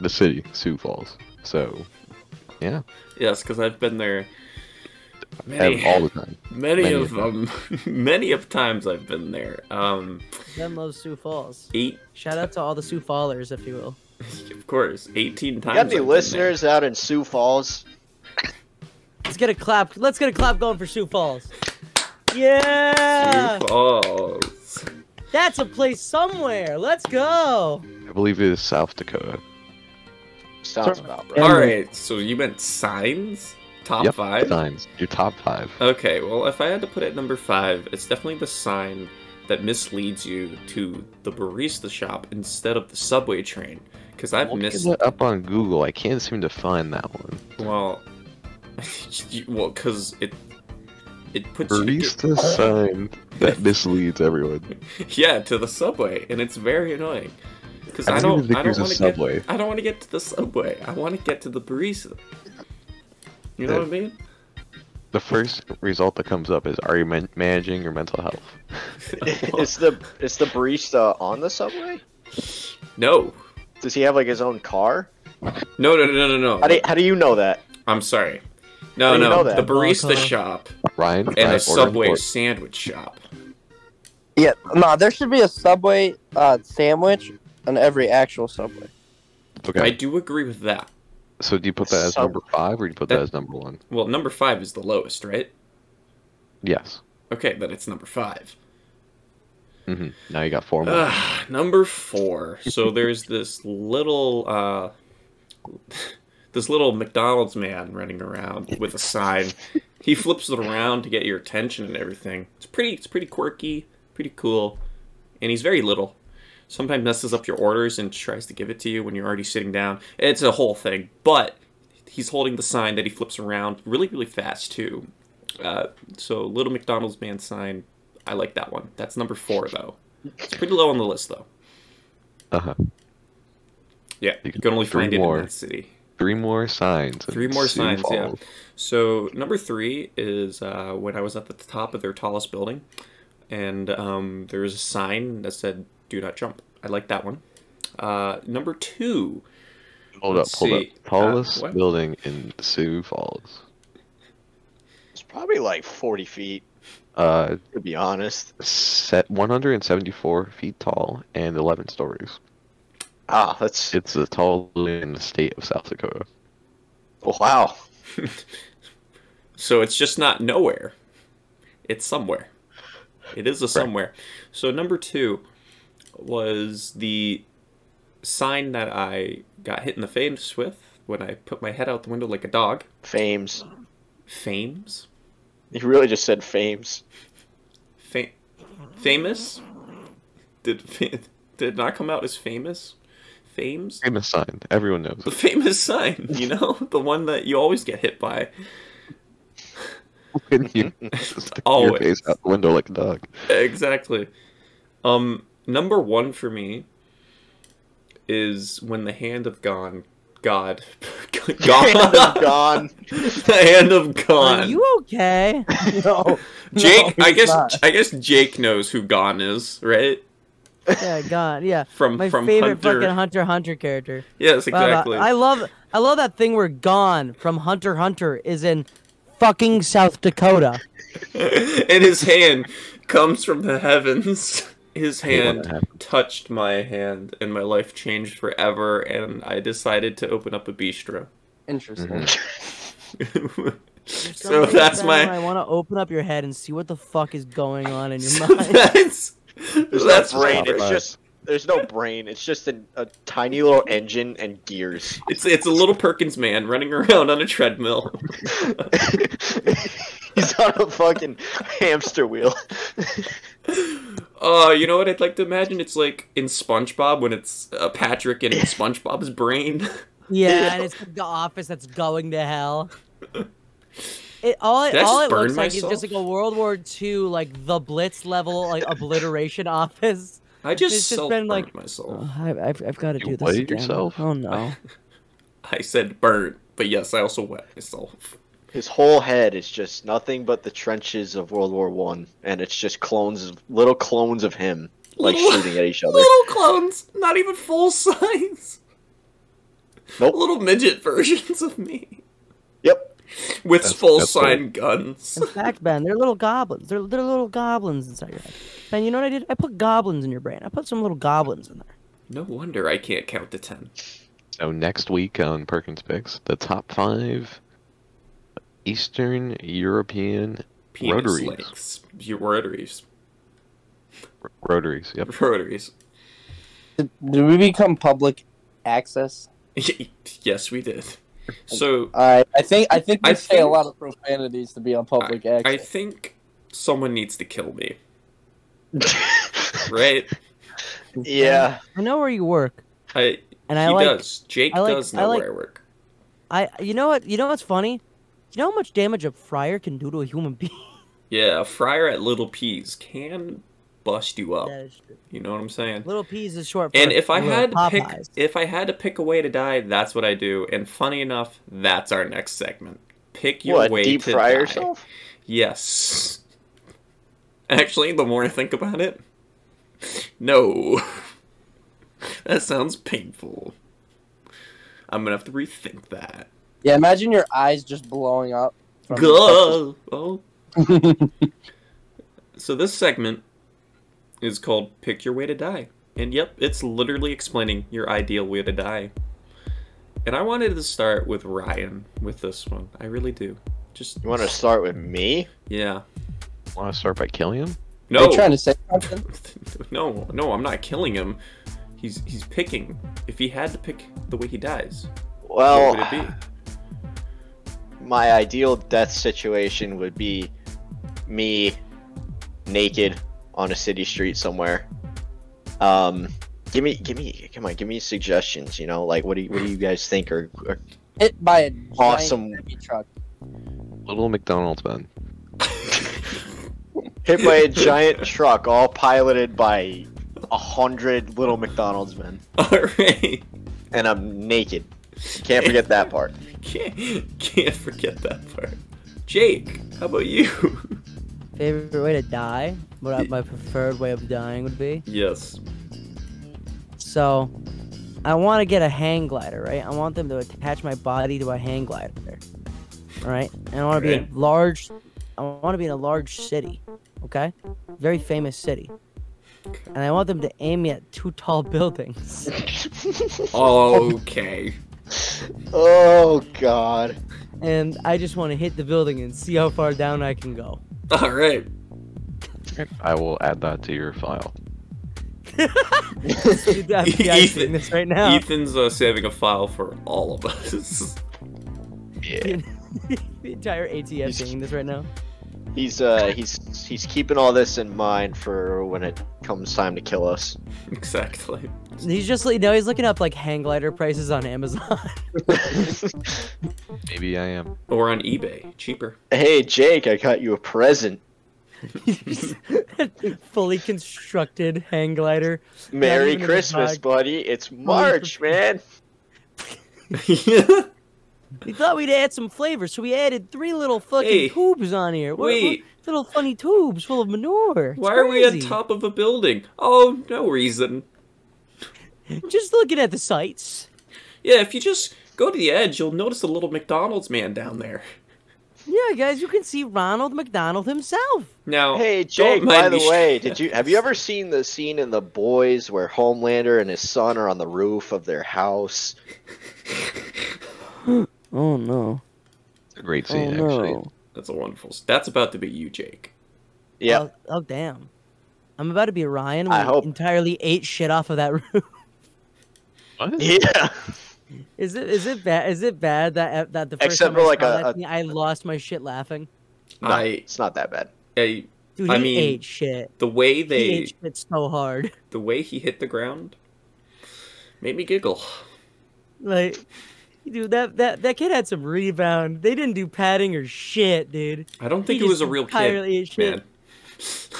Speaker 3: The city, Sioux Falls. So, yeah.
Speaker 2: Yes, because I've been there
Speaker 3: have
Speaker 2: many,
Speaker 3: all the time.
Speaker 2: many,
Speaker 3: many
Speaker 2: of
Speaker 3: of
Speaker 2: them. many of times I've been there. Um,
Speaker 8: Ben loves Sioux Falls.
Speaker 2: eight,
Speaker 8: Shout out to all the Sioux Fallers, if you will.
Speaker 2: of course, eighteen times.
Speaker 1: Got any
Speaker 2: I've been
Speaker 1: listeners out in Sioux Falls?
Speaker 8: Let's get a clap. Let's get a clap going for Sioux Falls.
Speaker 2: there.
Speaker 8: Yeah,
Speaker 2: Sioux Falls.
Speaker 8: that's a place somewhere. Let's go.
Speaker 3: I believe it is South Dakota.
Speaker 1: Sounds
Speaker 4: Sure.
Speaker 1: about right.
Speaker 4: Yeah.
Speaker 2: All
Speaker 4: Anyway.
Speaker 2: right, so you meant signs? Top
Speaker 3: Yep,
Speaker 2: five?
Speaker 3: Signs. Your top five.
Speaker 2: Okay, well, if I had to put it number five, it's definitely the sign that misleads you to the barista shop instead of the subway train. Because I've
Speaker 3: Look
Speaker 2: missed.
Speaker 3: that up on Google. I can't seem to find that one.
Speaker 2: Well, you- well, because it it puts
Speaker 3: Barista sign that misleads everyone.
Speaker 2: you to, yeah to the subway, and it's very annoying. Because
Speaker 3: I
Speaker 2: I
Speaker 3: don't
Speaker 2: don't
Speaker 3: even think
Speaker 2: I don't
Speaker 3: there's a
Speaker 2: want to get
Speaker 3: Subway.
Speaker 2: I don't want to get to the subway. I want to get to the barista. You know
Speaker 3: Yeah.
Speaker 2: what I mean?
Speaker 3: The first result that comes up is Are you man- managing your mental health?
Speaker 1: it's the it's the barista on the subway.
Speaker 2: no,
Speaker 1: Does he have like his own car?
Speaker 2: no, no, no, no, no.
Speaker 1: How do you, how do you know that?
Speaker 2: I'm sorry.
Speaker 1: How
Speaker 2: No,
Speaker 1: do you
Speaker 2: no,
Speaker 1: know that?
Speaker 2: the barista
Speaker 8: Welcome.
Speaker 2: shop and
Speaker 3: Ryan? Ryan,
Speaker 2: the
Speaker 3: order and
Speaker 2: Subway
Speaker 3: pour.
Speaker 2: sandwich shop.
Speaker 4: Yeah, no, there should be a Subway uh, sandwich on every actual Subway.
Speaker 3: Okay.
Speaker 2: I do agree with that.
Speaker 3: So do you put that as
Speaker 1: Sub-
Speaker 3: number five or do you put that
Speaker 2: That-
Speaker 3: as number one?
Speaker 2: Well, number five is the lowest, right?
Speaker 3: Yes.
Speaker 2: Okay, then it's number five.
Speaker 3: hmm Now you got four more.
Speaker 2: Ah, number four. So there's this little, uh, this little McDonald's man running around with a sign. He flips it around to get your attention and everything. It's pretty. It's pretty quirky, pretty cool, and he's very little. Sometimes messes up your orders and tries to give it to you when you're already sitting down. It's a whole thing. But he's holding the sign that he flips around really, really fast too. Uh, so little McDonald's man sign. I like that one. That's number four though. It's pretty low on the list, though.
Speaker 3: Uh-huh.
Speaker 2: Yeah,
Speaker 3: You
Speaker 2: you
Speaker 3: can-
Speaker 2: can only
Speaker 3: three
Speaker 2: find
Speaker 3: more.
Speaker 2: it in that city.
Speaker 3: Three more signs. and
Speaker 2: Three more
Speaker 3: Sioux
Speaker 2: signs, yeah.
Speaker 3: Falls.
Speaker 2: So number three is uh, when I was at the top of their tallest building, and um, there was a sign that said "Do not jump." I like that one. Uh, number two,
Speaker 3: Hold
Speaker 2: Let's
Speaker 3: up, hold
Speaker 2: see.
Speaker 3: up. Tallest
Speaker 2: Uh, what?
Speaker 3: building in Sioux Falls.
Speaker 1: It's probably like 40 feet,
Speaker 3: Uh,
Speaker 1: to be honest.
Speaker 3: set 174 feet tall and 11 stories.
Speaker 1: Ah, that's
Speaker 3: It's the tallest building in the state of South Dakota.
Speaker 1: wow.
Speaker 2: so it's just not nowhere; it's somewhere. It is a somewhere. So number two was the sign that I got hit in the face with when I put my head out the window like a dog.
Speaker 1: Fames.
Speaker 2: Fames?
Speaker 1: He really just said fames.
Speaker 2: Fa- famous? Did fa- did it not come out as famous? Fames?
Speaker 3: Famous sign. Everyone knows
Speaker 2: The
Speaker 3: it.
Speaker 2: famous sign, you know, the one that you always get hit by.
Speaker 3: When you stick your
Speaker 2: Always.
Speaker 3: face out the window like a dog.
Speaker 2: Exactly. Um, number one for me is when the hand of God, God, God,
Speaker 1: Gone.
Speaker 2: the hand of God.
Speaker 8: Are you okay?
Speaker 4: no,
Speaker 2: Jake,
Speaker 4: No,
Speaker 2: I
Speaker 4: it's
Speaker 2: guess
Speaker 4: not.
Speaker 2: I guess Jake knows who Gon is, right?
Speaker 8: yeah, God, yeah.
Speaker 2: From
Speaker 8: My
Speaker 2: from
Speaker 8: favorite
Speaker 2: Hunter.
Speaker 8: fucking Hunter x Hunter character.
Speaker 2: yes,
Speaker 8: Wow,
Speaker 2: exactly.
Speaker 8: I love I love that thing where Gone from Hunter x Hunter is in fucking South Dakota.
Speaker 2: and his hand comes from the heavens. His
Speaker 3: hate when
Speaker 2: hand
Speaker 3: that happens.
Speaker 2: touched my hand, and my life changed forever. And I decided to open up a bistro.
Speaker 4: Interesting.
Speaker 3: Mm-hmm.
Speaker 2: so that's
Speaker 8: I
Speaker 2: my.
Speaker 8: want to open up your head and see what the fuck is going on in
Speaker 2: So
Speaker 8: your mind.
Speaker 2: that's
Speaker 1: There's
Speaker 2: that's
Speaker 1: no brain.
Speaker 2: right.
Speaker 1: It's just there's no brain. It's just a, a tiny little engine and gears.
Speaker 2: It's it's a little Perkins man running around on a treadmill.
Speaker 1: He's on a fucking hamster wheel.
Speaker 2: Oh, you know what? I'd like to imagine it's like in SpongeBob when it's uh, Patrick in SpongeBob's brain.
Speaker 8: Yeah, and it's the office that's going to hell. It all it,
Speaker 2: Did I just
Speaker 8: all it looks
Speaker 2: burn
Speaker 8: like is just like
Speaker 2: myself?
Speaker 8: a World War II, like the Blitz level, like obliteration office.
Speaker 2: I just,
Speaker 8: It's just
Speaker 2: self
Speaker 8: been, like-
Speaker 2: myself.
Speaker 8: I, have I've got to
Speaker 3: You do this weighed again. yourself?
Speaker 8: Oh no!
Speaker 2: I said burnt, but yes, I also wet myself.
Speaker 1: His whole head is just nothing but the trenches of World War One, and it's just clones, of, little clones of him, like shooting at each other.
Speaker 2: Little clones, not even full size.
Speaker 1: Nope.
Speaker 2: Little midget versions of me
Speaker 1: Yep.
Speaker 2: with
Speaker 3: That's-
Speaker 2: full
Speaker 3: that's
Speaker 2: sign guns.
Speaker 8: In fact, Ben, they're little goblins. They're they're little goblins inside your head. Ben, you know what I did? I put goblins in your brain. I put some little goblins in there.
Speaker 2: No wonder I can't count to ten.
Speaker 3: So next week on Perkins Picks, the top five Eastern European
Speaker 2: Penis
Speaker 3: Rotaries.
Speaker 2: lengths. You- rotaries.
Speaker 3: rotaries. Yep.
Speaker 2: Rotaries.
Speaker 4: Did, did we become public access?
Speaker 2: yes, we did. So
Speaker 4: I I think I think we
Speaker 2: I
Speaker 4: say a
Speaker 2: think-
Speaker 4: lot of profanities to be on public
Speaker 2: I, I
Speaker 4: access.
Speaker 2: think someone needs to kill me. right?
Speaker 1: Yeah.
Speaker 8: I know where you work,
Speaker 2: I
Speaker 8: and I
Speaker 2: he
Speaker 8: like
Speaker 2: does. Jake
Speaker 8: I like-
Speaker 2: does
Speaker 8: I
Speaker 2: know
Speaker 8: like-
Speaker 2: where I work.
Speaker 8: I. You know what? You know what's funny? You know how much damage a fryer can do to a human being.
Speaker 2: Yeah, a fryer at Little Peas can bust you up.
Speaker 8: That is true.
Speaker 2: You know what I'm saying?
Speaker 8: Little peas is short. For
Speaker 2: And if I
Speaker 8: little
Speaker 2: had to pick,
Speaker 8: Popeyes.
Speaker 2: if I had to pick a way to die, that's what I do. And funny enough, that's our next segment. Pick your
Speaker 1: What?
Speaker 2: way
Speaker 1: Deep
Speaker 2: to
Speaker 1: fry
Speaker 2: die.
Speaker 1: yourself?
Speaker 2: Yes. Actually, the more I think about it, no. that sounds painful. I'm gonna have to rethink that.
Speaker 4: yeah, imagine your eyes just blowing up. from-
Speaker 2: Go. Oh. so this segment is called "Pick Your Way to Die," and yep, it's literally explaining your ideal way to die. And I wanted to start with Ryan with this one. I really do. Just
Speaker 1: You want to start with me?
Speaker 2: yeah.
Speaker 3: Want to start by killing him?
Speaker 4: Are
Speaker 2: No,
Speaker 4: you trying to say something?
Speaker 2: no, no. I'm not killing him. He's he's picking. If he had to pick the way he dies,
Speaker 1: Well,
Speaker 2: what would it be?
Speaker 1: my ideal death situation would be me naked on a city street somewhere. Um, give me, give me, come on, give me suggestions. You know, like what do you, what do you guys think are, are
Speaker 4: Hit by a giant
Speaker 1: Awesome.
Speaker 4: heavy truck.
Speaker 3: Little McDonald's man.
Speaker 1: hit by a giant truck, all piloted by a hundred little McDonald's men,
Speaker 2: All right.
Speaker 1: and I'm naked. Can't forget that part.
Speaker 2: Can't can't forget that part. Jake, how about you?
Speaker 8: favorite way to die, what I- my preferred way of dying would be.
Speaker 2: Yes.
Speaker 8: So, I want to get a hang glider, right? I want them to attach my body to a hang glider. All right, and I want to be
Speaker 2: Alright.
Speaker 8: in large. I want to be in a large city, okay? Very famous city. And I want them to aim me at two tall buildings.
Speaker 2: Okay.
Speaker 1: Oh God.
Speaker 8: And I just want to hit the building and see how far down I can go.
Speaker 2: All right.
Speaker 3: I will add that to your file.
Speaker 8: Dude, the FBI is doing this right now.
Speaker 2: Ethan's uh, saving a file for all of us.
Speaker 8: the entire ATF is doing this right now.
Speaker 1: He's uh he's he's keeping all this in mind for when it comes time to kill us.
Speaker 2: exactly.
Speaker 8: He's just like no, he's looking up like hang glider prices on Amazon.
Speaker 3: Maybe I am.
Speaker 2: Or on eBay, cheaper.
Speaker 1: hey Jake, I got you a present.
Speaker 8: Fully constructed hang glider.
Speaker 1: Merry
Speaker 8: even in a
Speaker 1: Christmas,
Speaker 8: bag.
Speaker 1: buddy. It's March, man.
Speaker 8: We thought we'd add some flavor, so we added three little fucking
Speaker 2: Hey,
Speaker 8: tubes on here. What-
Speaker 2: wait.
Speaker 8: what- little funny tubes full of manure. It's
Speaker 2: Why are we on
Speaker 8: crazy.
Speaker 2: top of a building? Oh, no reason.
Speaker 8: Just looking at the sights.
Speaker 2: Yeah, if you just go to the edge, you'll notice a little McDonald's man down there.
Speaker 8: Yeah, guys, you can see Ronald McDonald himself.
Speaker 2: Now,
Speaker 1: Hey Jake, by the way, did you have you ever seen the scene in The Boys where Homelander and his son are on the roof of their house?
Speaker 8: Oh no! Oh,
Speaker 3: It's a great scene, actually.
Speaker 2: That's a wonderful. That's about to be you, Jake.
Speaker 1: Yeah,
Speaker 8: Oh, oh, damn! I'm about to be Ryan.
Speaker 1: I
Speaker 8: when he
Speaker 1: hope-
Speaker 8: entirely ate shit off of that roof.
Speaker 3: What?
Speaker 1: yeah.
Speaker 8: is it is it bad? Is it bad that uh, that the first
Speaker 1: Except
Speaker 8: time
Speaker 1: for
Speaker 8: I
Speaker 1: like
Speaker 8: saw
Speaker 1: a-
Speaker 8: that
Speaker 1: a-
Speaker 8: thing, I lost my shit laughing?
Speaker 1: No,
Speaker 2: I,
Speaker 1: it's not that bad.
Speaker 2: I,
Speaker 8: Dude, he
Speaker 2: I mean,
Speaker 8: ate shit.
Speaker 2: the way
Speaker 8: He
Speaker 2: they,
Speaker 8: ate shit so hard.
Speaker 2: the way he hit the ground, made me giggle.
Speaker 8: Like, dude, that that that kid had some rebound. They didn't do padding or shit, dude.
Speaker 2: I don't
Speaker 8: He
Speaker 2: think it was
Speaker 8: just
Speaker 2: a real
Speaker 8: entirely
Speaker 2: kid,
Speaker 8: ate shit.
Speaker 2: man.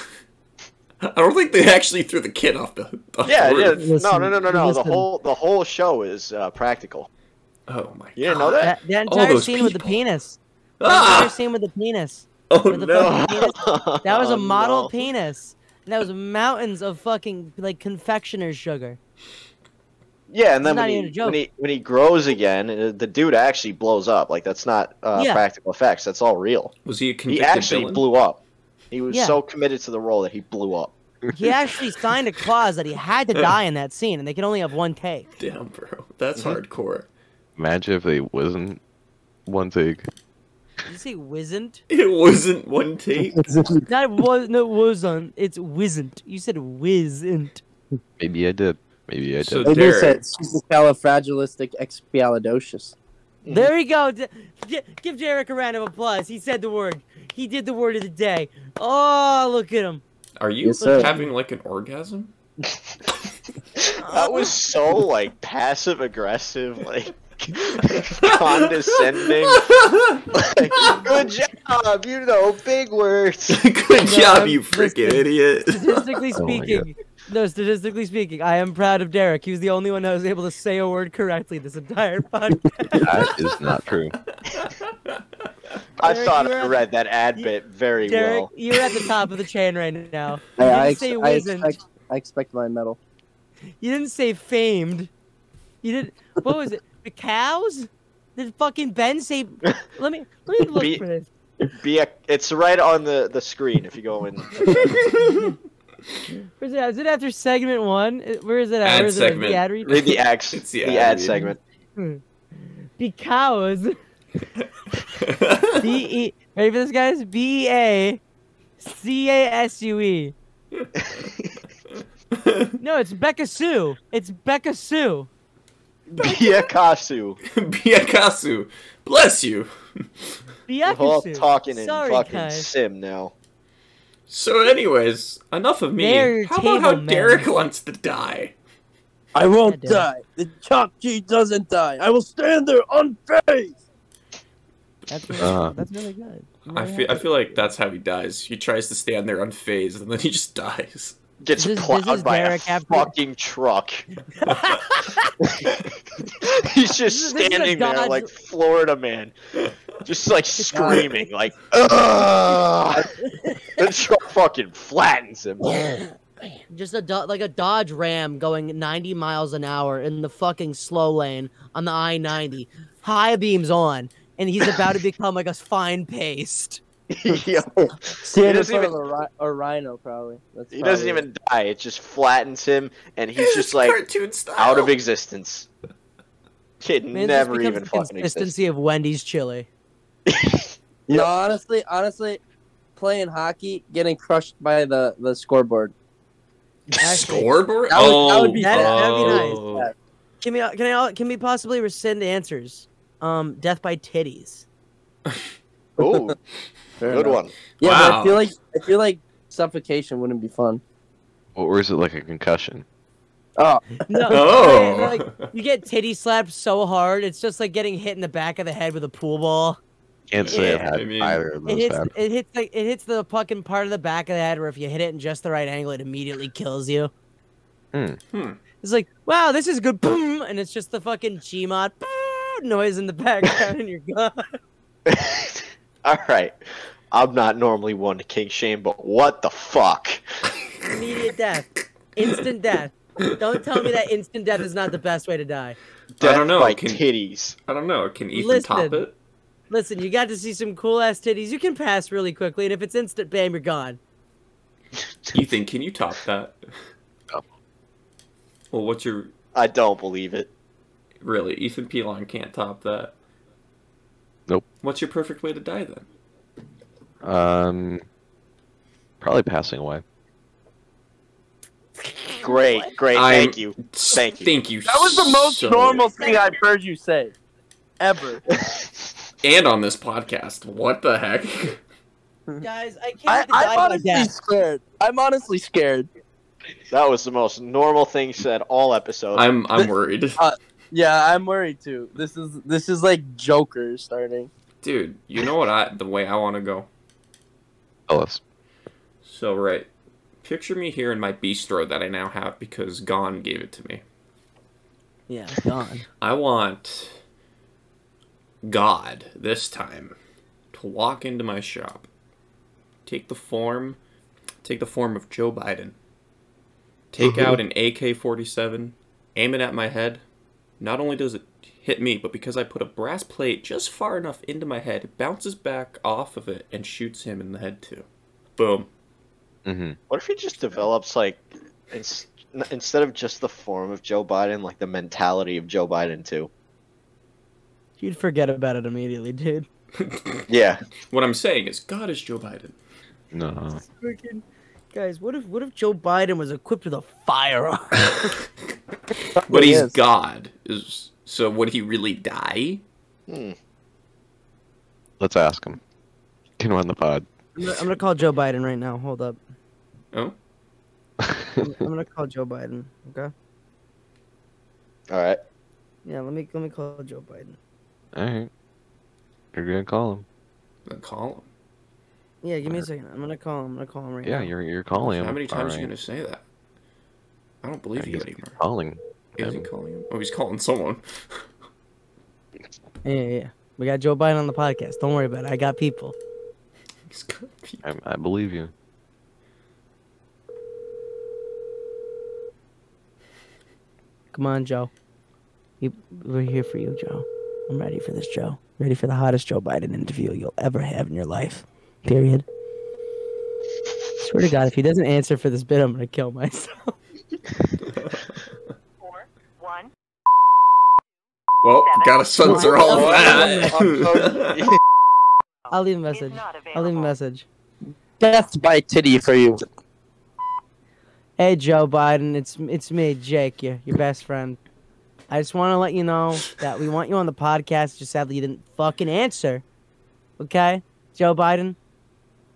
Speaker 2: I don't think they actually threw the kid off the. Off
Speaker 1: Yeah,
Speaker 2: the
Speaker 1: yeah.
Speaker 2: roof.
Speaker 1: no, no, no, no, no. The
Speaker 8: listen.
Speaker 1: whole the whole show is uh, practical.
Speaker 2: Oh my.
Speaker 1: You didn't
Speaker 2: God.
Speaker 1: know that?
Speaker 8: That, that
Speaker 2: All
Speaker 8: entire
Speaker 2: those
Speaker 8: scene with the
Speaker 2: people.
Speaker 8: penis. That entire
Speaker 2: Ah!
Speaker 8: scene with the penis.
Speaker 2: Oh
Speaker 8: with the
Speaker 2: no!
Speaker 8: fucking penis. That was
Speaker 1: Oh,
Speaker 8: a model
Speaker 1: no.
Speaker 8: penis. And that was mountains of fucking like confectioner's sugar.
Speaker 1: Yeah, and then
Speaker 8: It's not
Speaker 1: when
Speaker 8: even a
Speaker 1: he,
Speaker 8: joke.
Speaker 1: when he when he grows again, uh, the dude actually blows up. Like that's not uh,
Speaker 8: Yeah.
Speaker 1: practical effects. That's all real.
Speaker 2: Was he a convicted
Speaker 1: he actually
Speaker 2: villain?
Speaker 1: blew up. He was
Speaker 8: Yeah.
Speaker 1: so committed to the role that he blew up.
Speaker 8: He actually signed a clause that he had to die in that scene, and they could only have one take.
Speaker 2: Damn, bro, that's
Speaker 8: Mm-hmm.
Speaker 2: hardcore.
Speaker 3: Imagine if they wasn't one take.
Speaker 8: Did you say wizened?
Speaker 2: It wasn't one take.
Speaker 8: Not was no wasn't. It's wizened. You said wizened.
Speaker 3: Maybe I did. Maybe I did.
Speaker 2: So-
Speaker 4: They
Speaker 2: Derek.
Speaker 4: just said supercalifragilisticexpialidocious.
Speaker 8: There you go. D- gi- give Derek a round of applause. He said the word. He did the word of the day. Oh, look at him.
Speaker 2: Are you
Speaker 4: Yes, sir.
Speaker 2: having like an orgasm?
Speaker 1: That was so like passive aggressive, like condescending. Like, Good job, you know big words.
Speaker 2: Good job, you
Speaker 8: I'm
Speaker 2: freaking
Speaker 8: listening.
Speaker 2: idiot.
Speaker 8: Statistically
Speaker 3: Oh my God.
Speaker 8: speaking, no. Statistically speaking, I am proud of Derek. He was the only one that was able to say a word correctly this entire podcast.
Speaker 3: that is not true.
Speaker 1: I
Speaker 8: Derek,
Speaker 1: thought
Speaker 8: you're
Speaker 1: I
Speaker 8: at-
Speaker 1: read that ad bit very
Speaker 8: Derek,
Speaker 1: well.
Speaker 8: you're at the top of the chain right now. You
Speaker 4: I,
Speaker 8: didn't
Speaker 4: I, ex-
Speaker 8: say
Speaker 4: I,
Speaker 8: wizened.
Speaker 4: expect, I expect my medal.
Speaker 8: You didn't say famed. You didn't. What was it? The cows? Did fucking Ben say? Let me let me look
Speaker 1: Be-
Speaker 8: for this.
Speaker 1: Be a, it's right on the the screen if you go in.
Speaker 8: Where's it? at? Is it after segment one? Uh, Where is it? At?
Speaker 2: Ad
Speaker 8: Where is It at?
Speaker 2: segment.
Speaker 8: The ad read?
Speaker 1: Read the ad.
Speaker 2: It's the
Speaker 1: the,
Speaker 2: ad
Speaker 1: ad
Speaker 2: read.
Speaker 1: segment.
Speaker 8: Be cows. B E. Ready for this, guys? B E A C A S U E. No, it's Becca Sue. It's Becca Sue.
Speaker 1: Biakasu.
Speaker 2: Biakasu, bless you.
Speaker 1: We're all
Speaker 8: Biakasu.
Speaker 1: talking in
Speaker 8: Sorry,
Speaker 1: fucking
Speaker 8: guys.
Speaker 1: sim now.
Speaker 2: So, anyways, enough of me.
Speaker 8: They're your
Speaker 2: how about how
Speaker 8: table manners.
Speaker 2: Derek wants to die?
Speaker 4: I won't
Speaker 8: Yeah, die.
Speaker 4: The chalk G doesn't die. I will stand there unfazed.
Speaker 8: That's really,
Speaker 3: Uh.
Speaker 8: that's really good.
Speaker 2: I feel, I feel like that's how he dies. He tries to stand there unfazed, and then he just dies.
Speaker 1: Gets
Speaker 8: This is- this
Speaker 1: plowed
Speaker 8: is
Speaker 1: by
Speaker 8: Derek
Speaker 1: a
Speaker 8: after-
Speaker 1: fucking truck. He's
Speaker 8: This
Speaker 1: just
Speaker 8: is- this is a
Speaker 1: standing there
Speaker 8: Dodge-
Speaker 1: like Florida man, just like screaming, like "Ugh!" the truck fucking flattens him.
Speaker 8: Just a do- like a Dodge Ram going 90 miles an hour in the fucking slow lane on the I-90, high beams on, and he's about to become like a fine paste.
Speaker 1: Yo,
Speaker 4: Stand in
Speaker 1: doesn't
Speaker 4: front
Speaker 1: even-
Speaker 4: of a, ri- a rhino, probably. That's
Speaker 1: he doesn't
Speaker 4: probably it.
Speaker 1: even die. It just flattens him, and he's just
Speaker 2: It's
Speaker 1: like
Speaker 2: cartoon style.
Speaker 1: out of existence. Kid
Speaker 8: Man, this
Speaker 1: never
Speaker 8: becomes
Speaker 1: even
Speaker 8: the
Speaker 1: fucking exists.
Speaker 8: consistency of Wendy's chili.
Speaker 4: No, honestly, honestly, playing hockey, getting crushed by the, the scoreboard.
Speaker 8: Actually,
Speaker 2: Scoreboard?
Speaker 4: that would- that would
Speaker 2: oh,
Speaker 4: be-
Speaker 8: that'd- that'd be
Speaker 2: oh.
Speaker 4: nice.
Speaker 8: Can we can I can we possibly rescind answers? Um, death by titties.
Speaker 1: Oh,
Speaker 4: Fair
Speaker 1: good
Speaker 4: enough.
Speaker 1: one.
Speaker 4: Yeah, but
Speaker 2: Wow.
Speaker 4: I feel like I feel like suffocation wouldn't be fun.
Speaker 3: Or is it like a concussion?
Speaker 4: Oh,
Speaker 8: No,
Speaker 2: Oh.
Speaker 8: right, like, you get titty slapped so hard, it's just like getting hit in the back of the head with a pool ball.
Speaker 3: Can't say
Speaker 2: Yeah,
Speaker 3: I've had
Speaker 2: I mean-
Speaker 3: either of
Speaker 8: It
Speaker 3: those
Speaker 8: hits,
Speaker 3: happen.
Speaker 8: it hits like it hits the fucking part of the back of the head where if you hit it in just the right angle, it immediately kills you.
Speaker 3: Hmm.
Speaker 2: Hmm.
Speaker 8: It's like, wow, this is good, boom, and it's just the fucking Gmod boom, noise in the background, and you're gone.
Speaker 1: All right. I'm not normally one to kink shame, but what the fuck?
Speaker 8: Immediate death, instant death. Don't tell me that instant death is not the best way to die.
Speaker 1: Death
Speaker 2: don't know,
Speaker 1: By
Speaker 2: can-
Speaker 1: titties.
Speaker 2: I don't know. Can Ethan
Speaker 8: Listen.
Speaker 2: top it?
Speaker 8: Listen, you got to see some cool ass titties. You can pass really quickly, and if it's instant, bam, you're gone.
Speaker 2: Ethan, can you top that?
Speaker 1: Oh.
Speaker 3: No.
Speaker 2: Well, what's your
Speaker 1: I don't believe it.
Speaker 2: really? Ethan Pelon can't top that.
Speaker 3: Nope.
Speaker 2: What's your perfect way to die then?
Speaker 3: Um, probably passing away.
Speaker 1: Great, great.
Speaker 2: I'm-
Speaker 1: Thank you. Thank you.
Speaker 2: Thank you.
Speaker 4: That was the most
Speaker 2: so-
Speaker 4: normal thing I've heard you say, ever.
Speaker 2: And on this podcast, what the heck?
Speaker 8: Guys, I can't.
Speaker 4: I,
Speaker 8: even die
Speaker 4: I'm
Speaker 8: by
Speaker 4: honestly
Speaker 8: death.
Speaker 4: scared. I'm honestly scared.
Speaker 1: That was the most normal thing said all episode.
Speaker 2: I'm I'm worried,
Speaker 4: Yeah, I'm worried too. This is this is like Joker starting.
Speaker 2: dude. You know what I the way I want to go.
Speaker 3: Ellis.
Speaker 2: So right, picture me here in my bistro that I now have because Gon gave it to me.
Speaker 8: Yeah, gone.
Speaker 2: I want God this time to walk into my shop, take the form, take the form of Joe Biden, take out an AK-47, aim it at my head. Not only does it hit me, but because I put a brass plate just far enough into my head, it bounces back off of it and shoots him in the head too. Boom.
Speaker 3: Mm-hmm.
Speaker 1: What if he just develops like ins- n- instead of just the form of Joe Biden, like the mentality of Joe Biden too?
Speaker 8: You'd forget about it immediately, dude.
Speaker 1: Yeah.
Speaker 2: What I'm saying is God is Joe Biden.
Speaker 3: No.
Speaker 8: Freaking guys, what if what if Joe Biden was equipped with a firearm?
Speaker 2: But
Speaker 4: He
Speaker 2: he's
Speaker 4: is.
Speaker 2: God. Is so would he really die?
Speaker 1: Hmm.
Speaker 3: Let's ask him. Can run the pod.
Speaker 8: I'm gonna, I'm gonna call Joe Biden right now. Hold up.
Speaker 2: Oh.
Speaker 8: I'm gonna call Joe Biden. Okay.
Speaker 1: All right.
Speaker 8: Yeah. Let me let me call Joe Biden.
Speaker 3: All right. You're gonna call him.
Speaker 2: Then call him.
Speaker 8: Yeah. Give me a second. I'm gonna call him. I'm gonna call him right
Speaker 3: Yeah,
Speaker 8: now.
Speaker 3: you're you're calling him.
Speaker 2: How many times are you
Speaker 3: Alright.
Speaker 2: gonna say that? I don't believe
Speaker 3: Yeah,
Speaker 2: you
Speaker 3: he's
Speaker 2: anymore.
Speaker 3: calling?
Speaker 2: Is he
Speaker 3: him.
Speaker 2: calling him? Oh, he's calling someone.
Speaker 8: Yeah. Yeah. yeah. We got Joe Biden on the podcast. Don't worry about it. I got people.
Speaker 2: He's got people.
Speaker 3: I, I believe you.
Speaker 8: Come on, Joe. You, we're here for you, Joe. I'm ready for this, Joe. Ready for the hottest Joe Biden interview you'll ever have in your life. Period. Swear to God, if he doesn't answer for this bit, I'm gonna kill myself.
Speaker 2: Well, gotta censor all of
Speaker 1: I'm
Speaker 2: that.
Speaker 1: so-
Speaker 8: I'll leave a message. I'll leave a message.
Speaker 4: Death by titty for you.
Speaker 8: Hey, Joe Biden, it's it's me, Jake, your your best friend. I just want to let you know that we want you on the podcast. Just sadly, you didn't fucking answer. Okay, Joe Biden,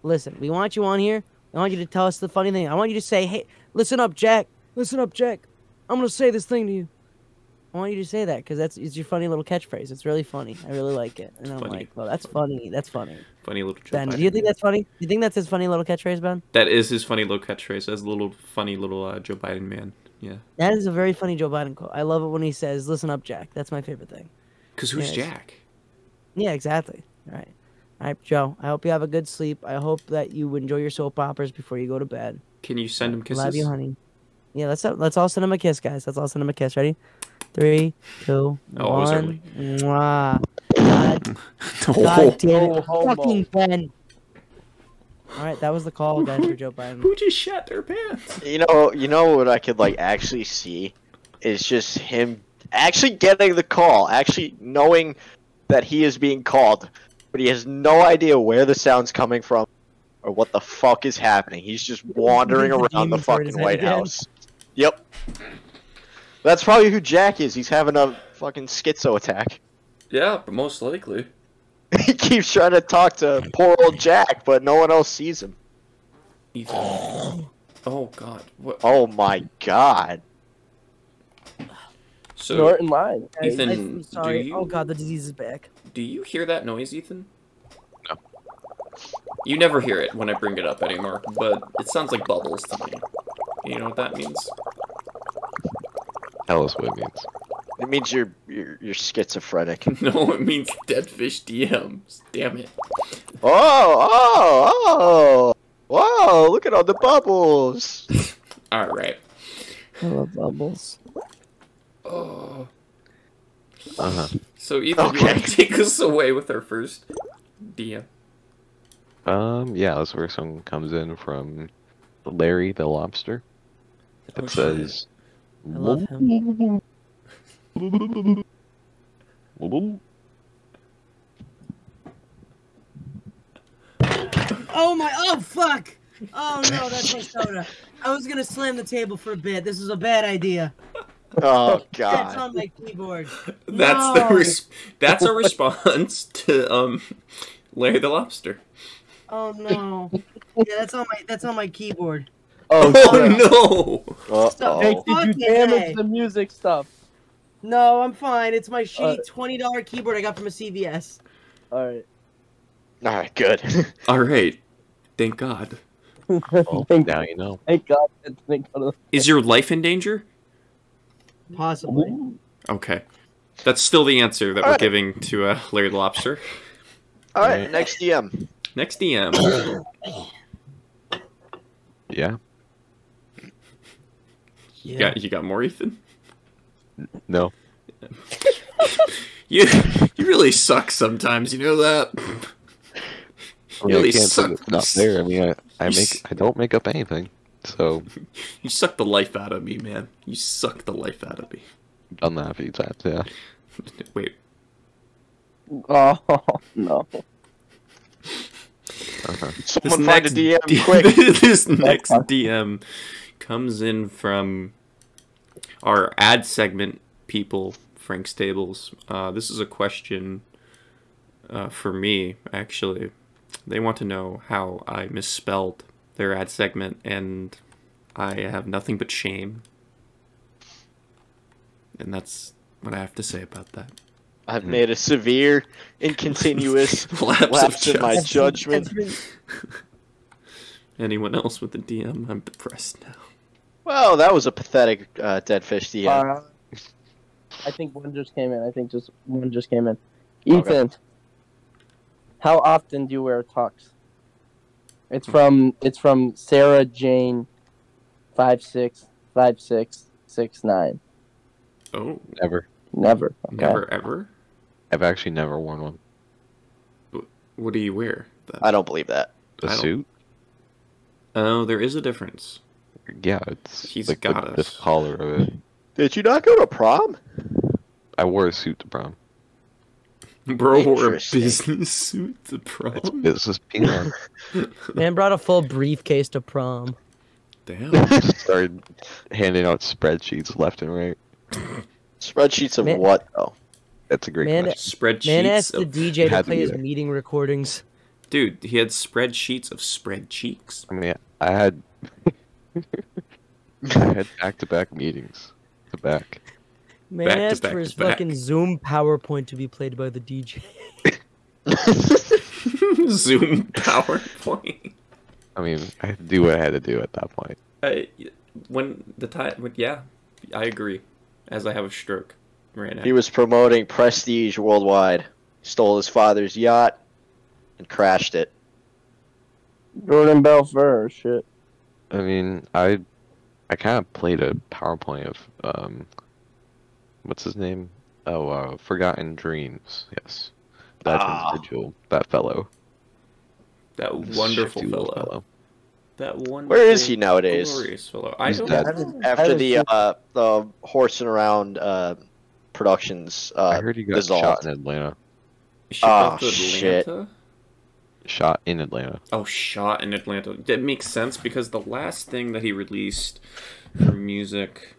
Speaker 8: listen, we want you on here. I want you to tell us the funny thing. I want you to say, "Hey, listen up, Jack. Listen up, Jack. I'm gonna say this thing to you." I want you to say that because that's it's your funny little catchphrase. It's really funny. I really like it, and I'm
Speaker 2: Funny.
Speaker 8: like, "Well, that's funny. That's funny."
Speaker 2: funny little Joe
Speaker 8: Ben,
Speaker 2: Biden.
Speaker 8: do you think that's funny? Do you think that's his funny little catchphrase, Ben?
Speaker 2: that is his funny little catchphrase as little funny little uh, Joe Biden man? Yeah.
Speaker 8: That is a very funny Joe Biden quote. I love it when he says, "Listen up, Jack." That's my favorite thing.
Speaker 2: Cause who's
Speaker 8: Yes.
Speaker 2: Jack?
Speaker 8: Yeah, exactly. All right, all right, Joe. I hope you have a good sleep. I hope that you enjoy your soap operas before you go to bed.
Speaker 2: Can you send him kisses?
Speaker 8: Love you, honey. Yeah, let's let's all send him a kiss, guys. Let's all send him a kiss. Ready? Three, two,
Speaker 2: Oh, it was
Speaker 8: one. Mwah. God, God
Speaker 2: No.
Speaker 8: damn it,
Speaker 4: No homo.
Speaker 8: fucking Ben. All right, that was the call, guys, for Joe Biden.
Speaker 2: Who just shat their pants?
Speaker 1: you know, you know what I could like actually see is just him actually getting the call, actually knowing that he is being called, but he has no idea where the sound's coming from or what the fuck is happening. He's just wandering
Speaker 8: The
Speaker 1: around the
Speaker 8: demon toward his
Speaker 1: fucking
Speaker 8: head
Speaker 1: White
Speaker 8: again.
Speaker 1: House. Yep. That's probably who Jack is. He's having a fucking schizo attack.
Speaker 2: Yeah, but most likely.
Speaker 1: he keeps trying to talk to poor old Jack, but no one else sees him.
Speaker 2: Ethan. Oh God. What?
Speaker 1: Oh my god.
Speaker 2: So
Speaker 4: Norton lied.
Speaker 8: Guys,
Speaker 2: Ethan,
Speaker 8: I'm
Speaker 2: do
Speaker 8: sorry.
Speaker 2: you-
Speaker 8: Oh God, the disease is back.
Speaker 2: Do you hear that noise, Ethan?
Speaker 3: No.
Speaker 2: You never hear it when I bring it up anymore, but it sounds like bubbles to me. You know what that means?
Speaker 3: Tell us what it means.
Speaker 1: It means you're you're, you're schizophrenic.
Speaker 2: No, it means dead fish DMs. Damn it.
Speaker 1: Oh, oh, oh! Whoa! Look at all the bubbles.
Speaker 2: All right.
Speaker 8: I love bubbles.
Speaker 2: Oh.
Speaker 3: Uh huh.
Speaker 2: So either you
Speaker 1: Okay.
Speaker 2: want to take us away with our first DM.
Speaker 3: Um, yeah, this first one comes in from Larry the Lobster. It
Speaker 2: Oh, shit.
Speaker 3: says,
Speaker 8: I love him. Oh my! Oh fuck! Oh no, that's my soda. I was gonna slam the table for a bit. This is a bad idea.
Speaker 1: Oh
Speaker 8: That's
Speaker 1: god.
Speaker 8: on my keyboard.
Speaker 2: That's the
Speaker 8: No.
Speaker 2: res- that's a response to um Larry the Lobster.
Speaker 8: Oh no. Yeah, that's on my that's on my keyboard.
Speaker 1: Oh, crap.
Speaker 2: Oh no!
Speaker 4: Jake,
Speaker 1: Uh-oh.
Speaker 4: did you
Speaker 8: Fucking A.
Speaker 4: damage the music stuff?
Speaker 8: No, I'm fine. It's my shitty
Speaker 4: Uh,
Speaker 8: twenty dollar keyboard I got from a CVS.
Speaker 4: All right.
Speaker 1: All right, good.
Speaker 2: All right, thank God. Oh,
Speaker 3: Well,
Speaker 4: thank,
Speaker 3: now you know.
Speaker 4: thank God. that didn't go to
Speaker 2: Is your life in danger?
Speaker 8: Possibly.
Speaker 2: Okay, that's still the answer that we're
Speaker 1: Alright.
Speaker 2: giving to uh, Larry the Lobster.
Speaker 1: All right, next DM.
Speaker 2: Next DM.
Speaker 3: Yeah.
Speaker 2: You got you got more Ethan.
Speaker 3: No.
Speaker 2: You you really suck sometimes. You know that.
Speaker 3: I mean, I
Speaker 2: Really
Speaker 3: can't put it
Speaker 2: suck.
Speaker 3: up there. I mean, I, I
Speaker 2: You
Speaker 3: make I don't make up anything, so
Speaker 2: You suck the life out of me, man. You suck the life out of me.
Speaker 3: done that a few times. Yeah.
Speaker 2: Wait,
Speaker 4: Oh no.
Speaker 1: Someone find a DM
Speaker 2: D-
Speaker 1: quick.
Speaker 2: this next DM comes in from our ad segment people, Frank's Tables. Uh, this is a question uh, for me, actually. They want to know how I misspelled their ad segment, and I have nothing but shame. And that's what I have to say about that.
Speaker 1: I've made a severe and continuous
Speaker 2: Lapse of
Speaker 1: lapse in my
Speaker 2: judgment.
Speaker 1: judgment.
Speaker 2: Anyone else with a DM? I'm depressed now.
Speaker 1: Well, that was a pathetic uh, dead fish DM.
Speaker 4: Uh, I think one just came in. I think just one just came in. Ethan, how often do you wear a tux?
Speaker 2: Hmm.
Speaker 4: It's from it's from Sarah Jane, five six five six six nine.
Speaker 2: Oh,
Speaker 3: Never.
Speaker 4: Never. Okay.
Speaker 2: never ever?
Speaker 3: I've actually never worn one.
Speaker 2: What do you wear? then?
Speaker 1: I don't believe that.
Speaker 3: A
Speaker 2: I don't-
Speaker 3: suit?
Speaker 2: Oh, there is a difference.
Speaker 3: Yeah, it's
Speaker 2: He's
Speaker 3: like
Speaker 2: got
Speaker 3: the,
Speaker 2: us.
Speaker 3: this collar of it.
Speaker 1: Did you not go to prom?
Speaker 3: I wore a suit to prom.
Speaker 2: Bro wore a
Speaker 1: Interesting.
Speaker 2: business suit to
Speaker 3: It's
Speaker 2: prom.
Speaker 3: business peanut.
Speaker 8: Man brought a full briefcase to prom.
Speaker 2: Damn.
Speaker 3: Just started handing out spreadsheets left and right.
Speaker 1: Spreadsheets of
Speaker 8: Man-
Speaker 1: what though?
Speaker 3: That's a great
Speaker 8: Man,
Speaker 3: question.
Speaker 8: Man asked
Speaker 2: Spreadsheets
Speaker 8: the
Speaker 2: of
Speaker 8: DJ to
Speaker 3: Had to
Speaker 8: play
Speaker 3: be
Speaker 8: his
Speaker 3: there.
Speaker 8: meeting recordings.
Speaker 2: dude. He had spreadsheets of spreadsheets.
Speaker 3: I mean, I had I had back to back meetings. To back.
Speaker 8: Man
Speaker 2: Back to
Speaker 8: asked
Speaker 2: back
Speaker 8: for
Speaker 2: to
Speaker 8: his
Speaker 2: back.
Speaker 8: fucking Zoom PowerPoint to be played by the DJ.
Speaker 2: Zoom PowerPoint.
Speaker 3: I mean, I had to do what I had to do at that point.
Speaker 2: I, Uh, when the time, when, yeah, I agree. As I have a stroke right now.
Speaker 1: He was promoting prestige worldwide. Stole his father's yacht and crashed it.
Speaker 4: Jordan Belfort. Shit.
Speaker 3: I mean, I I kind of played a PowerPoint of um, what's his name? Oh, uh, Forgotten Dreams. Yes, that
Speaker 1: Ah.
Speaker 3: individual, that fellow,
Speaker 2: that
Speaker 3: This
Speaker 2: wonderful
Speaker 3: shifty little
Speaker 2: fellow. That wonderful.
Speaker 1: Where is he nowadays?
Speaker 2: Glorious fellow. I
Speaker 3: He's
Speaker 2: don't.
Speaker 3: dead.
Speaker 2: know.
Speaker 1: After
Speaker 4: That
Speaker 1: the
Speaker 4: is-
Speaker 1: uh, the horsing around uh, productions.
Speaker 3: I
Speaker 1: Uh,
Speaker 3: heard he got
Speaker 1: dissolved.
Speaker 3: shot in Atlanta.
Speaker 2: Shipped
Speaker 1: Ah,
Speaker 2: off to
Speaker 1: shit.
Speaker 2: Atlanta?
Speaker 3: Shot in Atlanta.
Speaker 2: Oh, shot in Atlanta. That makes sense because the last thing that he released for music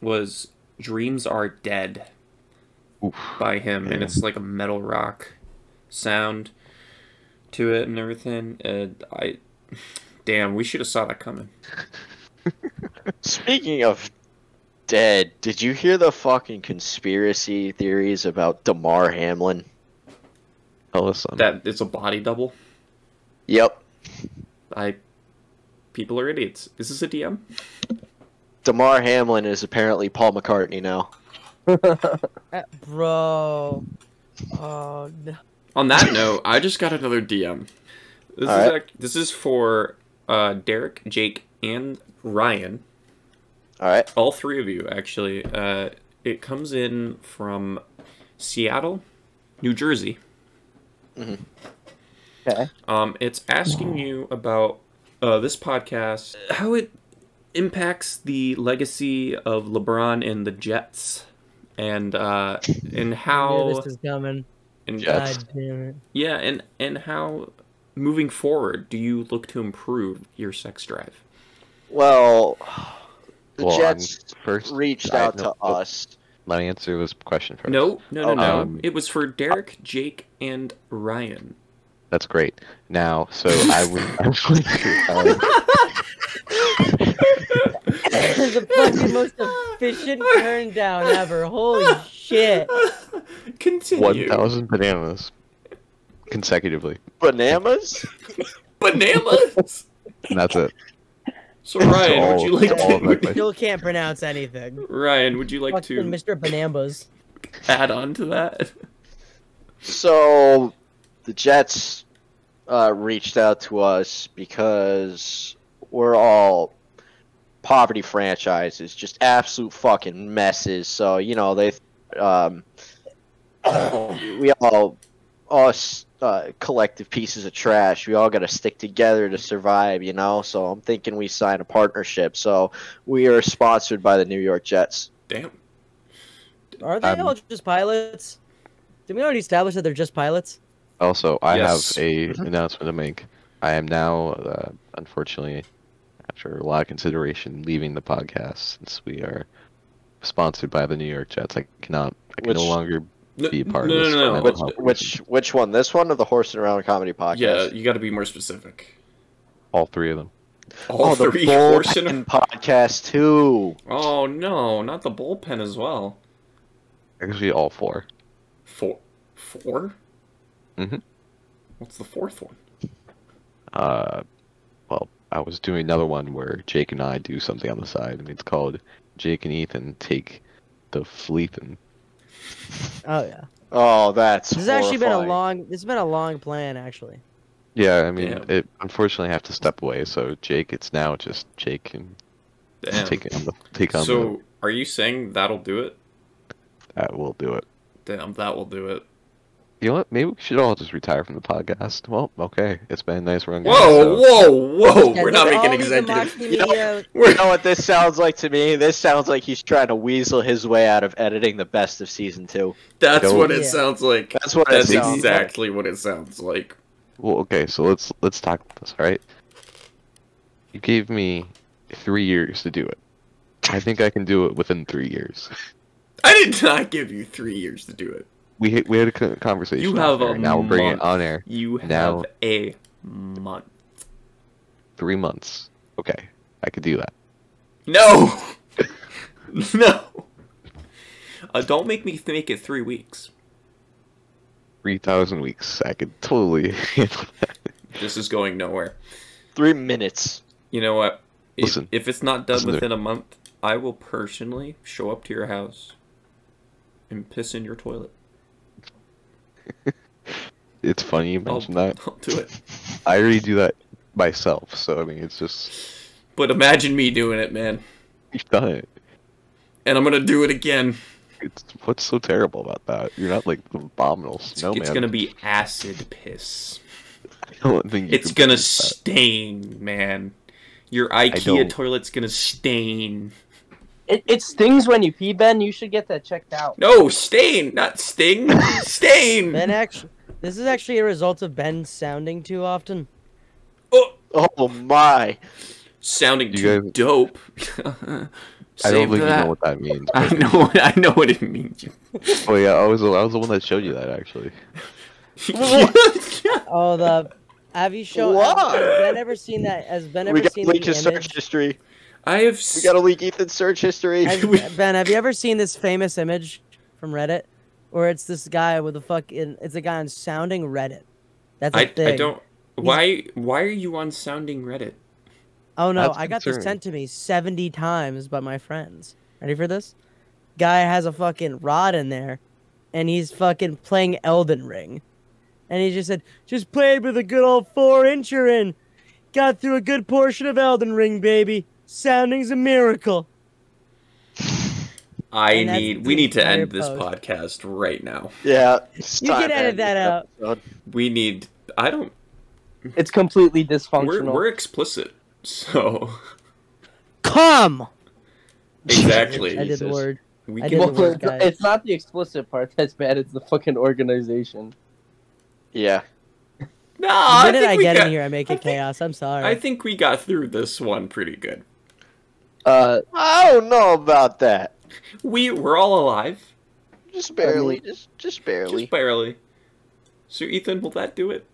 Speaker 2: was "Dreams Are Dead"
Speaker 3: Oof.
Speaker 2: by him, and
Speaker 3: Yeah.
Speaker 2: it's like a metal rock sound to it and everything. And I, damn, we should have saw that coming.
Speaker 1: speaking of dead, did you hear the fucking conspiracy theories about Damar Hamlin?
Speaker 3: Tell us um, something.
Speaker 2: That it's a body double.
Speaker 1: Yep,
Speaker 2: I, people are idiots. Is this a DM?
Speaker 1: Damar Hamlin is apparently Paul McCartney now.
Speaker 8: Uh, Bro. Oh no.
Speaker 2: On that note, I just got another DM. This
Speaker 1: All
Speaker 2: is
Speaker 1: right.
Speaker 2: act this is for uh, Derek, Jake, and Ryan.
Speaker 1: All right.
Speaker 2: all three of you actually uh, it comes in from Seattle, New Jersey.
Speaker 4: Okay.
Speaker 2: Um, it's asking you about uh, this podcast, how it impacts the legacy of LeBron and the Jets, and uh, and
Speaker 8: I knew
Speaker 2: how
Speaker 8: this is coming.
Speaker 2: and,
Speaker 3: Yeah. Jets.
Speaker 8: God damn it.
Speaker 2: yeah, and and how moving forward, do you look to improve your sex drive?
Speaker 1: Well, the
Speaker 3: Well, I'm
Speaker 1: Jets
Speaker 3: first-
Speaker 1: reached
Speaker 3: I-
Speaker 1: out
Speaker 3: no,
Speaker 1: to
Speaker 3: oh.
Speaker 1: us.
Speaker 3: Let me answer this question first.
Speaker 2: No, no, no, no.
Speaker 1: Oh.
Speaker 3: Um,
Speaker 2: it was for Derek, Jake, and Ryan.
Speaker 3: That's great. Now, so I would. I was going to, um,
Speaker 8: the fucking most efficient turn down ever. Holy shit.
Speaker 2: Continue.
Speaker 3: 1,000 bananas consecutively.
Speaker 1: Bananas?
Speaker 2: Bananas.
Speaker 3: And that's it.
Speaker 2: So Ryan,
Speaker 3: all-
Speaker 2: would you like
Speaker 3: to all of my
Speaker 2: to,
Speaker 3: questions.
Speaker 8: Still can't pronounce anything.
Speaker 2: Ryan, would you like
Speaker 8: Fucking
Speaker 2: to
Speaker 8: Mr. Banambas.
Speaker 2: add on to that?
Speaker 1: So the Jets uh, reached out to us because we're all poverty franchises, just absolute fucking messes. So you know they, um, we all us uh, collective pieces of trash. We all got to stick together to survive, you know. So I'm thinking we sign a partnership. So we are sponsored by the New York Jets.
Speaker 2: Damn.
Speaker 8: Are they
Speaker 3: Um,
Speaker 8: all just pilots? Did we already establish that they're just pilots?
Speaker 3: Also, I
Speaker 2: Yes.
Speaker 3: have a announcement to make. I am now, uh, unfortunately, after a lot of consideration, leaving the podcast since we are sponsored by the New York Jets. I cannot. I can no
Speaker 1: Which-
Speaker 3: longer.
Speaker 2: No,
Speaker 3: Be a part of
Speaker 2: no,
Speaker 3: this
Speaker 2: no, no.
Speaker 3: kind
Speaker 2: But,
Speaker 3: of-
Speaker 1: Which which which one? This one or the Horse and Around Comedy Podcast?
Speaker 2: yeah, you got to be more specific.
Speaker 3: All three of them.
Speaker 2: All
Speaker 1: oh, the
Speaker 2: three horse in a-
Speaker 1: bullpen podcast too.
Speaker 2: Oh no, not the bullpen as well.
Speaker 3: Actually, all four.
Speaker 2: Four, four.
Speaker 3: Mhm.
Speaker 2: What's the fourth one?
Speaker 3: uh, well, I was doing another one where Jake and I do something on the side, and it's called Jake and Ethan Take the Fleepin.
Speaker 8: Oh yeah.
Speaker 1: Oh, that's.
Speaker 8: This has actually been a
Speaker 1: horrifying.
Speaker 8: long this has been a long plan actually.
Speaker 3: Yeah, I mean,
Speaker 2: Damn.
Speaker 3: it unfortunately I have to step away, so Jake, it's now just Jake and
Speaker 2: Damn.
Speaker 3: take on the take on the,
Speaker 2: so, are you saying that'll do it?
Speaker 3: that. Will do it.
Speaker 2: Damn, that will do it.
Speaker 3: You know what? Maybe we should all just retire from the podcast. Well, okay, it's been a nice run.
Speaker 2: Whoa,
Speaker 3: guys, so-
Speaker 2: whoa, whoa! We're not
Speaker 8: Yeah, these are
Speaker 2: making
Speaker 8: all these
Speaker 2: executive.
Speaker 8: Democracy
Speaker 1: You know-
Speaker 8: Media-
Speaker 1: You know what this sounds like to me? This sounds like he's trying to weasel his way out of editing the best of season two.
Speaker 2: That's
Speaker 3: Don't-
Speaker 2: what it
Speaker 8: Yeah.
Speaker 2: sounds like.
Speaker 1: That's what
Speaker 2: That's
Speaker 1: it sounds like.
Speaker 2: exactly what it sounds like.
Speaker 3: Well, okay, so let's let's talk about this. All right, you gave me three years to do it. I think I can do it within three years.
Speaker 2: I did not give you three years to do it.
Speaker 3: we ha- we had a co- conversation.
Speaker 2: You
Speaker 3: off
Speaker 2: have
Speaker 3: air.
Speaker 2: a
Speaker 3: now we're bringing it
Speaker 2: month.
Speaker 3: on air.
Speaker 2: You have
Speaker 3: Now-
Speaker 2: a month.
Speaker 3: Three months. Okay, I could do that.
Speaker 2: No, no. Uh, don't make me th- make it three weeks.
Speaker 3: Three thousand weeks. I could totally. handle that.
Speaker 2: This is going nowhere.
Speaker 1: Three minutes.
Speaker 2: You know what? If,
Speaker 3: Listen.
Speaker 2: if it's not done
Speaker 3: Listen to-
Speaker 2: within a month, I will personally show up to your house and piss in your toilet.
Speaker 3: it's funny you
Speaker 2: I'll,
Speaker 3: mentioned that.
Speaker 2: I'll do it.
Speaker 3: I already do that myself. So I mean, it's just
Speaker 2: But imagine me doing it, man.
Speaker 3: you've done it.
Speaker 2: And I'm gonna do it again.
Speaker 3: It's what's so terrible about that? You're not like abominals.
Speaker 2: It's,
Speaker 3: no
Speaker 2: it's
Speaker 3: man.
Speaker 2: gonna be acid piss.
Speaker 3: I don't think you
Speaker 2: It's
Speaker 3: could
Speaker 2: gonna
Speaker 3: produce that.
Speaker 2: stain, man. Your
Speaker 3: don't-
Speaker 2: IKEA toilet's gonna stain.
Speaker 4: It, it stings when you pee, Ben. You should get that checked out.
Speaker 2: No, stain, not sting. stain.
Speaker 8: Ben actually this is actually a result of Ben sounding too often.
Speaker 2: Oh,
Speaker 1: Oh my!
Speaker 2: sounding
Speaker 3: You
Speaker 2: too
Speaker 3: guys-
Speaker 2: dope.
Speaker 3: I
Speaker 2: Save
Speaker 3: don't think you
Speaker 2: that.
Speaker 3: know what that means.
Speaker 2: I
Speaker 3: but-
Speaker 2: know. I know what it means.
Speaker 3: Oh yeah, I was the- I was the one that showed you that actually.
Speaker 8: Oh the have you shown
Speaker 1: Why?
Speaker 8: has Ben ever seen that has Ben ever
Speaker 1: We got
Speaker 8: seen
Speaker 1: leak
Speaker 8: the
Speaker 1: his search
Speaker 8: image?
Speaker 1: history.
Speaker 2: I have. s-
Speaker 1: We got to leak Ethan's search history.
Speaker 8: Has-
Speaker 2: We-
Speaker 8: ben, have you ever seen this famous image from Reddit, where it's this guy with a fucking it's a guy on sounding Reddit? That's a
Speaker 2: I,
Speaker 8: thing.
Speaker 2: I don't. Why? Why are you on sounding Reddit?
Speaker 8: Oh no,
Speaker 3: That's
Speaker 8: I got this
Speaker 3: concerning.
Speaker 8: sent to me seventy times by my friends. Ready for this? Guy has a fucking rod in there, and he's fucking playing Elden Ring, and he just said, "Just played with a good old four incher in, got through a good portion of Elden Ring, baby. Sounding's a miracle."
Speaker 2: I
Speaker 8: And that's
Speaker 2: need.
Speaker 8: the
Speaker 2: We need to
Speaker 8: entire
Speaker 2: end this
Speaker 8: post.
Speaker 2: podcast right now.
Speaker 1: Yeah. it's
Speaker 8: You can
Speaker 1: time to
Speaker 8: edit
Speaker 1: end
Speaker 8: that
Speaker 1: this
Speaker 8: out.
Speaker 1: episode.
Speaker 2: We need. I don't.
Speaker 4: It's completely
Speaker 2: We're
Speaker 4: dysfunctional.
Speaker 2: we're explicit. So
Speaker 8: Come. I
Speaker 2: exactly.
Speaker 8: did the
Speaker 3: Jesus.
Speaker 8: word.
Speaker 2: We
Speaker 8: I
Speaker 2: can.
Speaker 8: did the
Speaker 4: Well,
Speaker 8: word,
Speaker 4: it's,
Speaker 8: guys.
Speaker 4: it's not the explicit part that's bad. It's the fucking organization.
Speaker 1: Yeah.
Speaker 2: No,
Speaker 8: When
Speaker 2: I
Speaker 8: did
Speaker 2: think
Speaker 8: I
Speaker 2: we
Speaker 8: get
Speaker 2: got,
Speaker 8: in here? I make
Speaker 2: I
Speaker 8: it
Speaker 2: think-
Speaker 8: chaos. I'm sorry.
Speaker 2: I think we got through this one pretty good.
Speaker 4: Uh,
Speaker 1: I don't know about that.
Speaker 2: We we're all alive,
Speaker 1: Just barely. Just just barely.
Speaker 2: just barely. So Ethan, will that do it?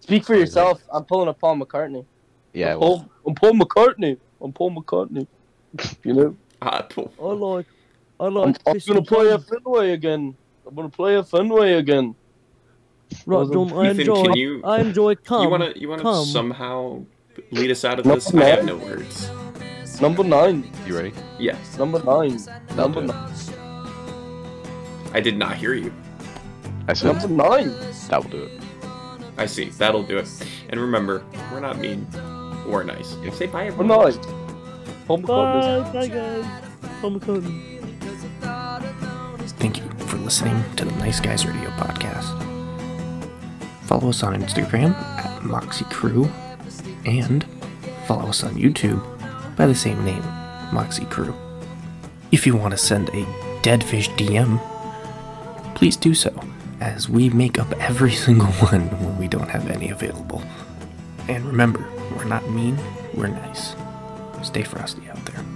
Speaker 4: speak for yourself. I'm pulling a Paul McCartney.
Speaker 3: Yeah,
Speaker 4: I'm
Speaker 2: Oh.
Speaker 3: well,
Speaker 4: Paul, I'm Paul McCartney. I'm Paul McCartney. You know,
Speaker 2: Ah, cool.
Speaker 8: Oh lord. Oh
Speaker 4: I'm,
Speaker 8: lord.
Speaker 4: I'm
Speaker 8: Please
Speaker 4: gonna
Speaker 8: don't
Speaker 4: play a
Speaker 8: come.
Speaker 4: Fenway again. I'm gonna play a Fenway again.
Speaker 8: Right, don't- I
Speaker 2: Ethan,
Speaker 8: enjoy.
Speaker 2: can you
Speaker 8: I enjoy. Come.
Speaker 2: you wanna you wanna
Speaker 8: come.
Speaker 2: somehow lead us out of
Speaker 4: No,
Speaker 2: this? I have
Speaker 4: man.
Speaker 2: no words.
Speaker 4: Number nine.
Speaker 3: you ready?
Speaker 2: Yeah,
Speaker 4: Number nine.
Speaker 3: That'll
Speaker 4: Number
Speaker 3: do it.
Speaker 4: nine.
Speaker 2: I did not hear you.
Speaker 3: I said
Speaker 4: Number nine.
Speaker 3: that will do it.
Speaker 2: I see. That'll do it. And remember, we're not mean. We're nice. Say bye,
Speaker 4: Number
Speaker 2: everyone.
Speaker 4: nine. Paul McCartney.
Speaker 8: Bye, bye guys. I'm coming.
Speaker 9: Thank you for listening to the Nice Guys Radio podcast. Follow us on Instagram at Moxie Crew and follow us on YouTube by the same name, Moxie Crew. If you want to send a dead fish DM, please do so, as we make up every single one when we don't have any available. And remember, we're not mean, we're nice. Stay frosty out there.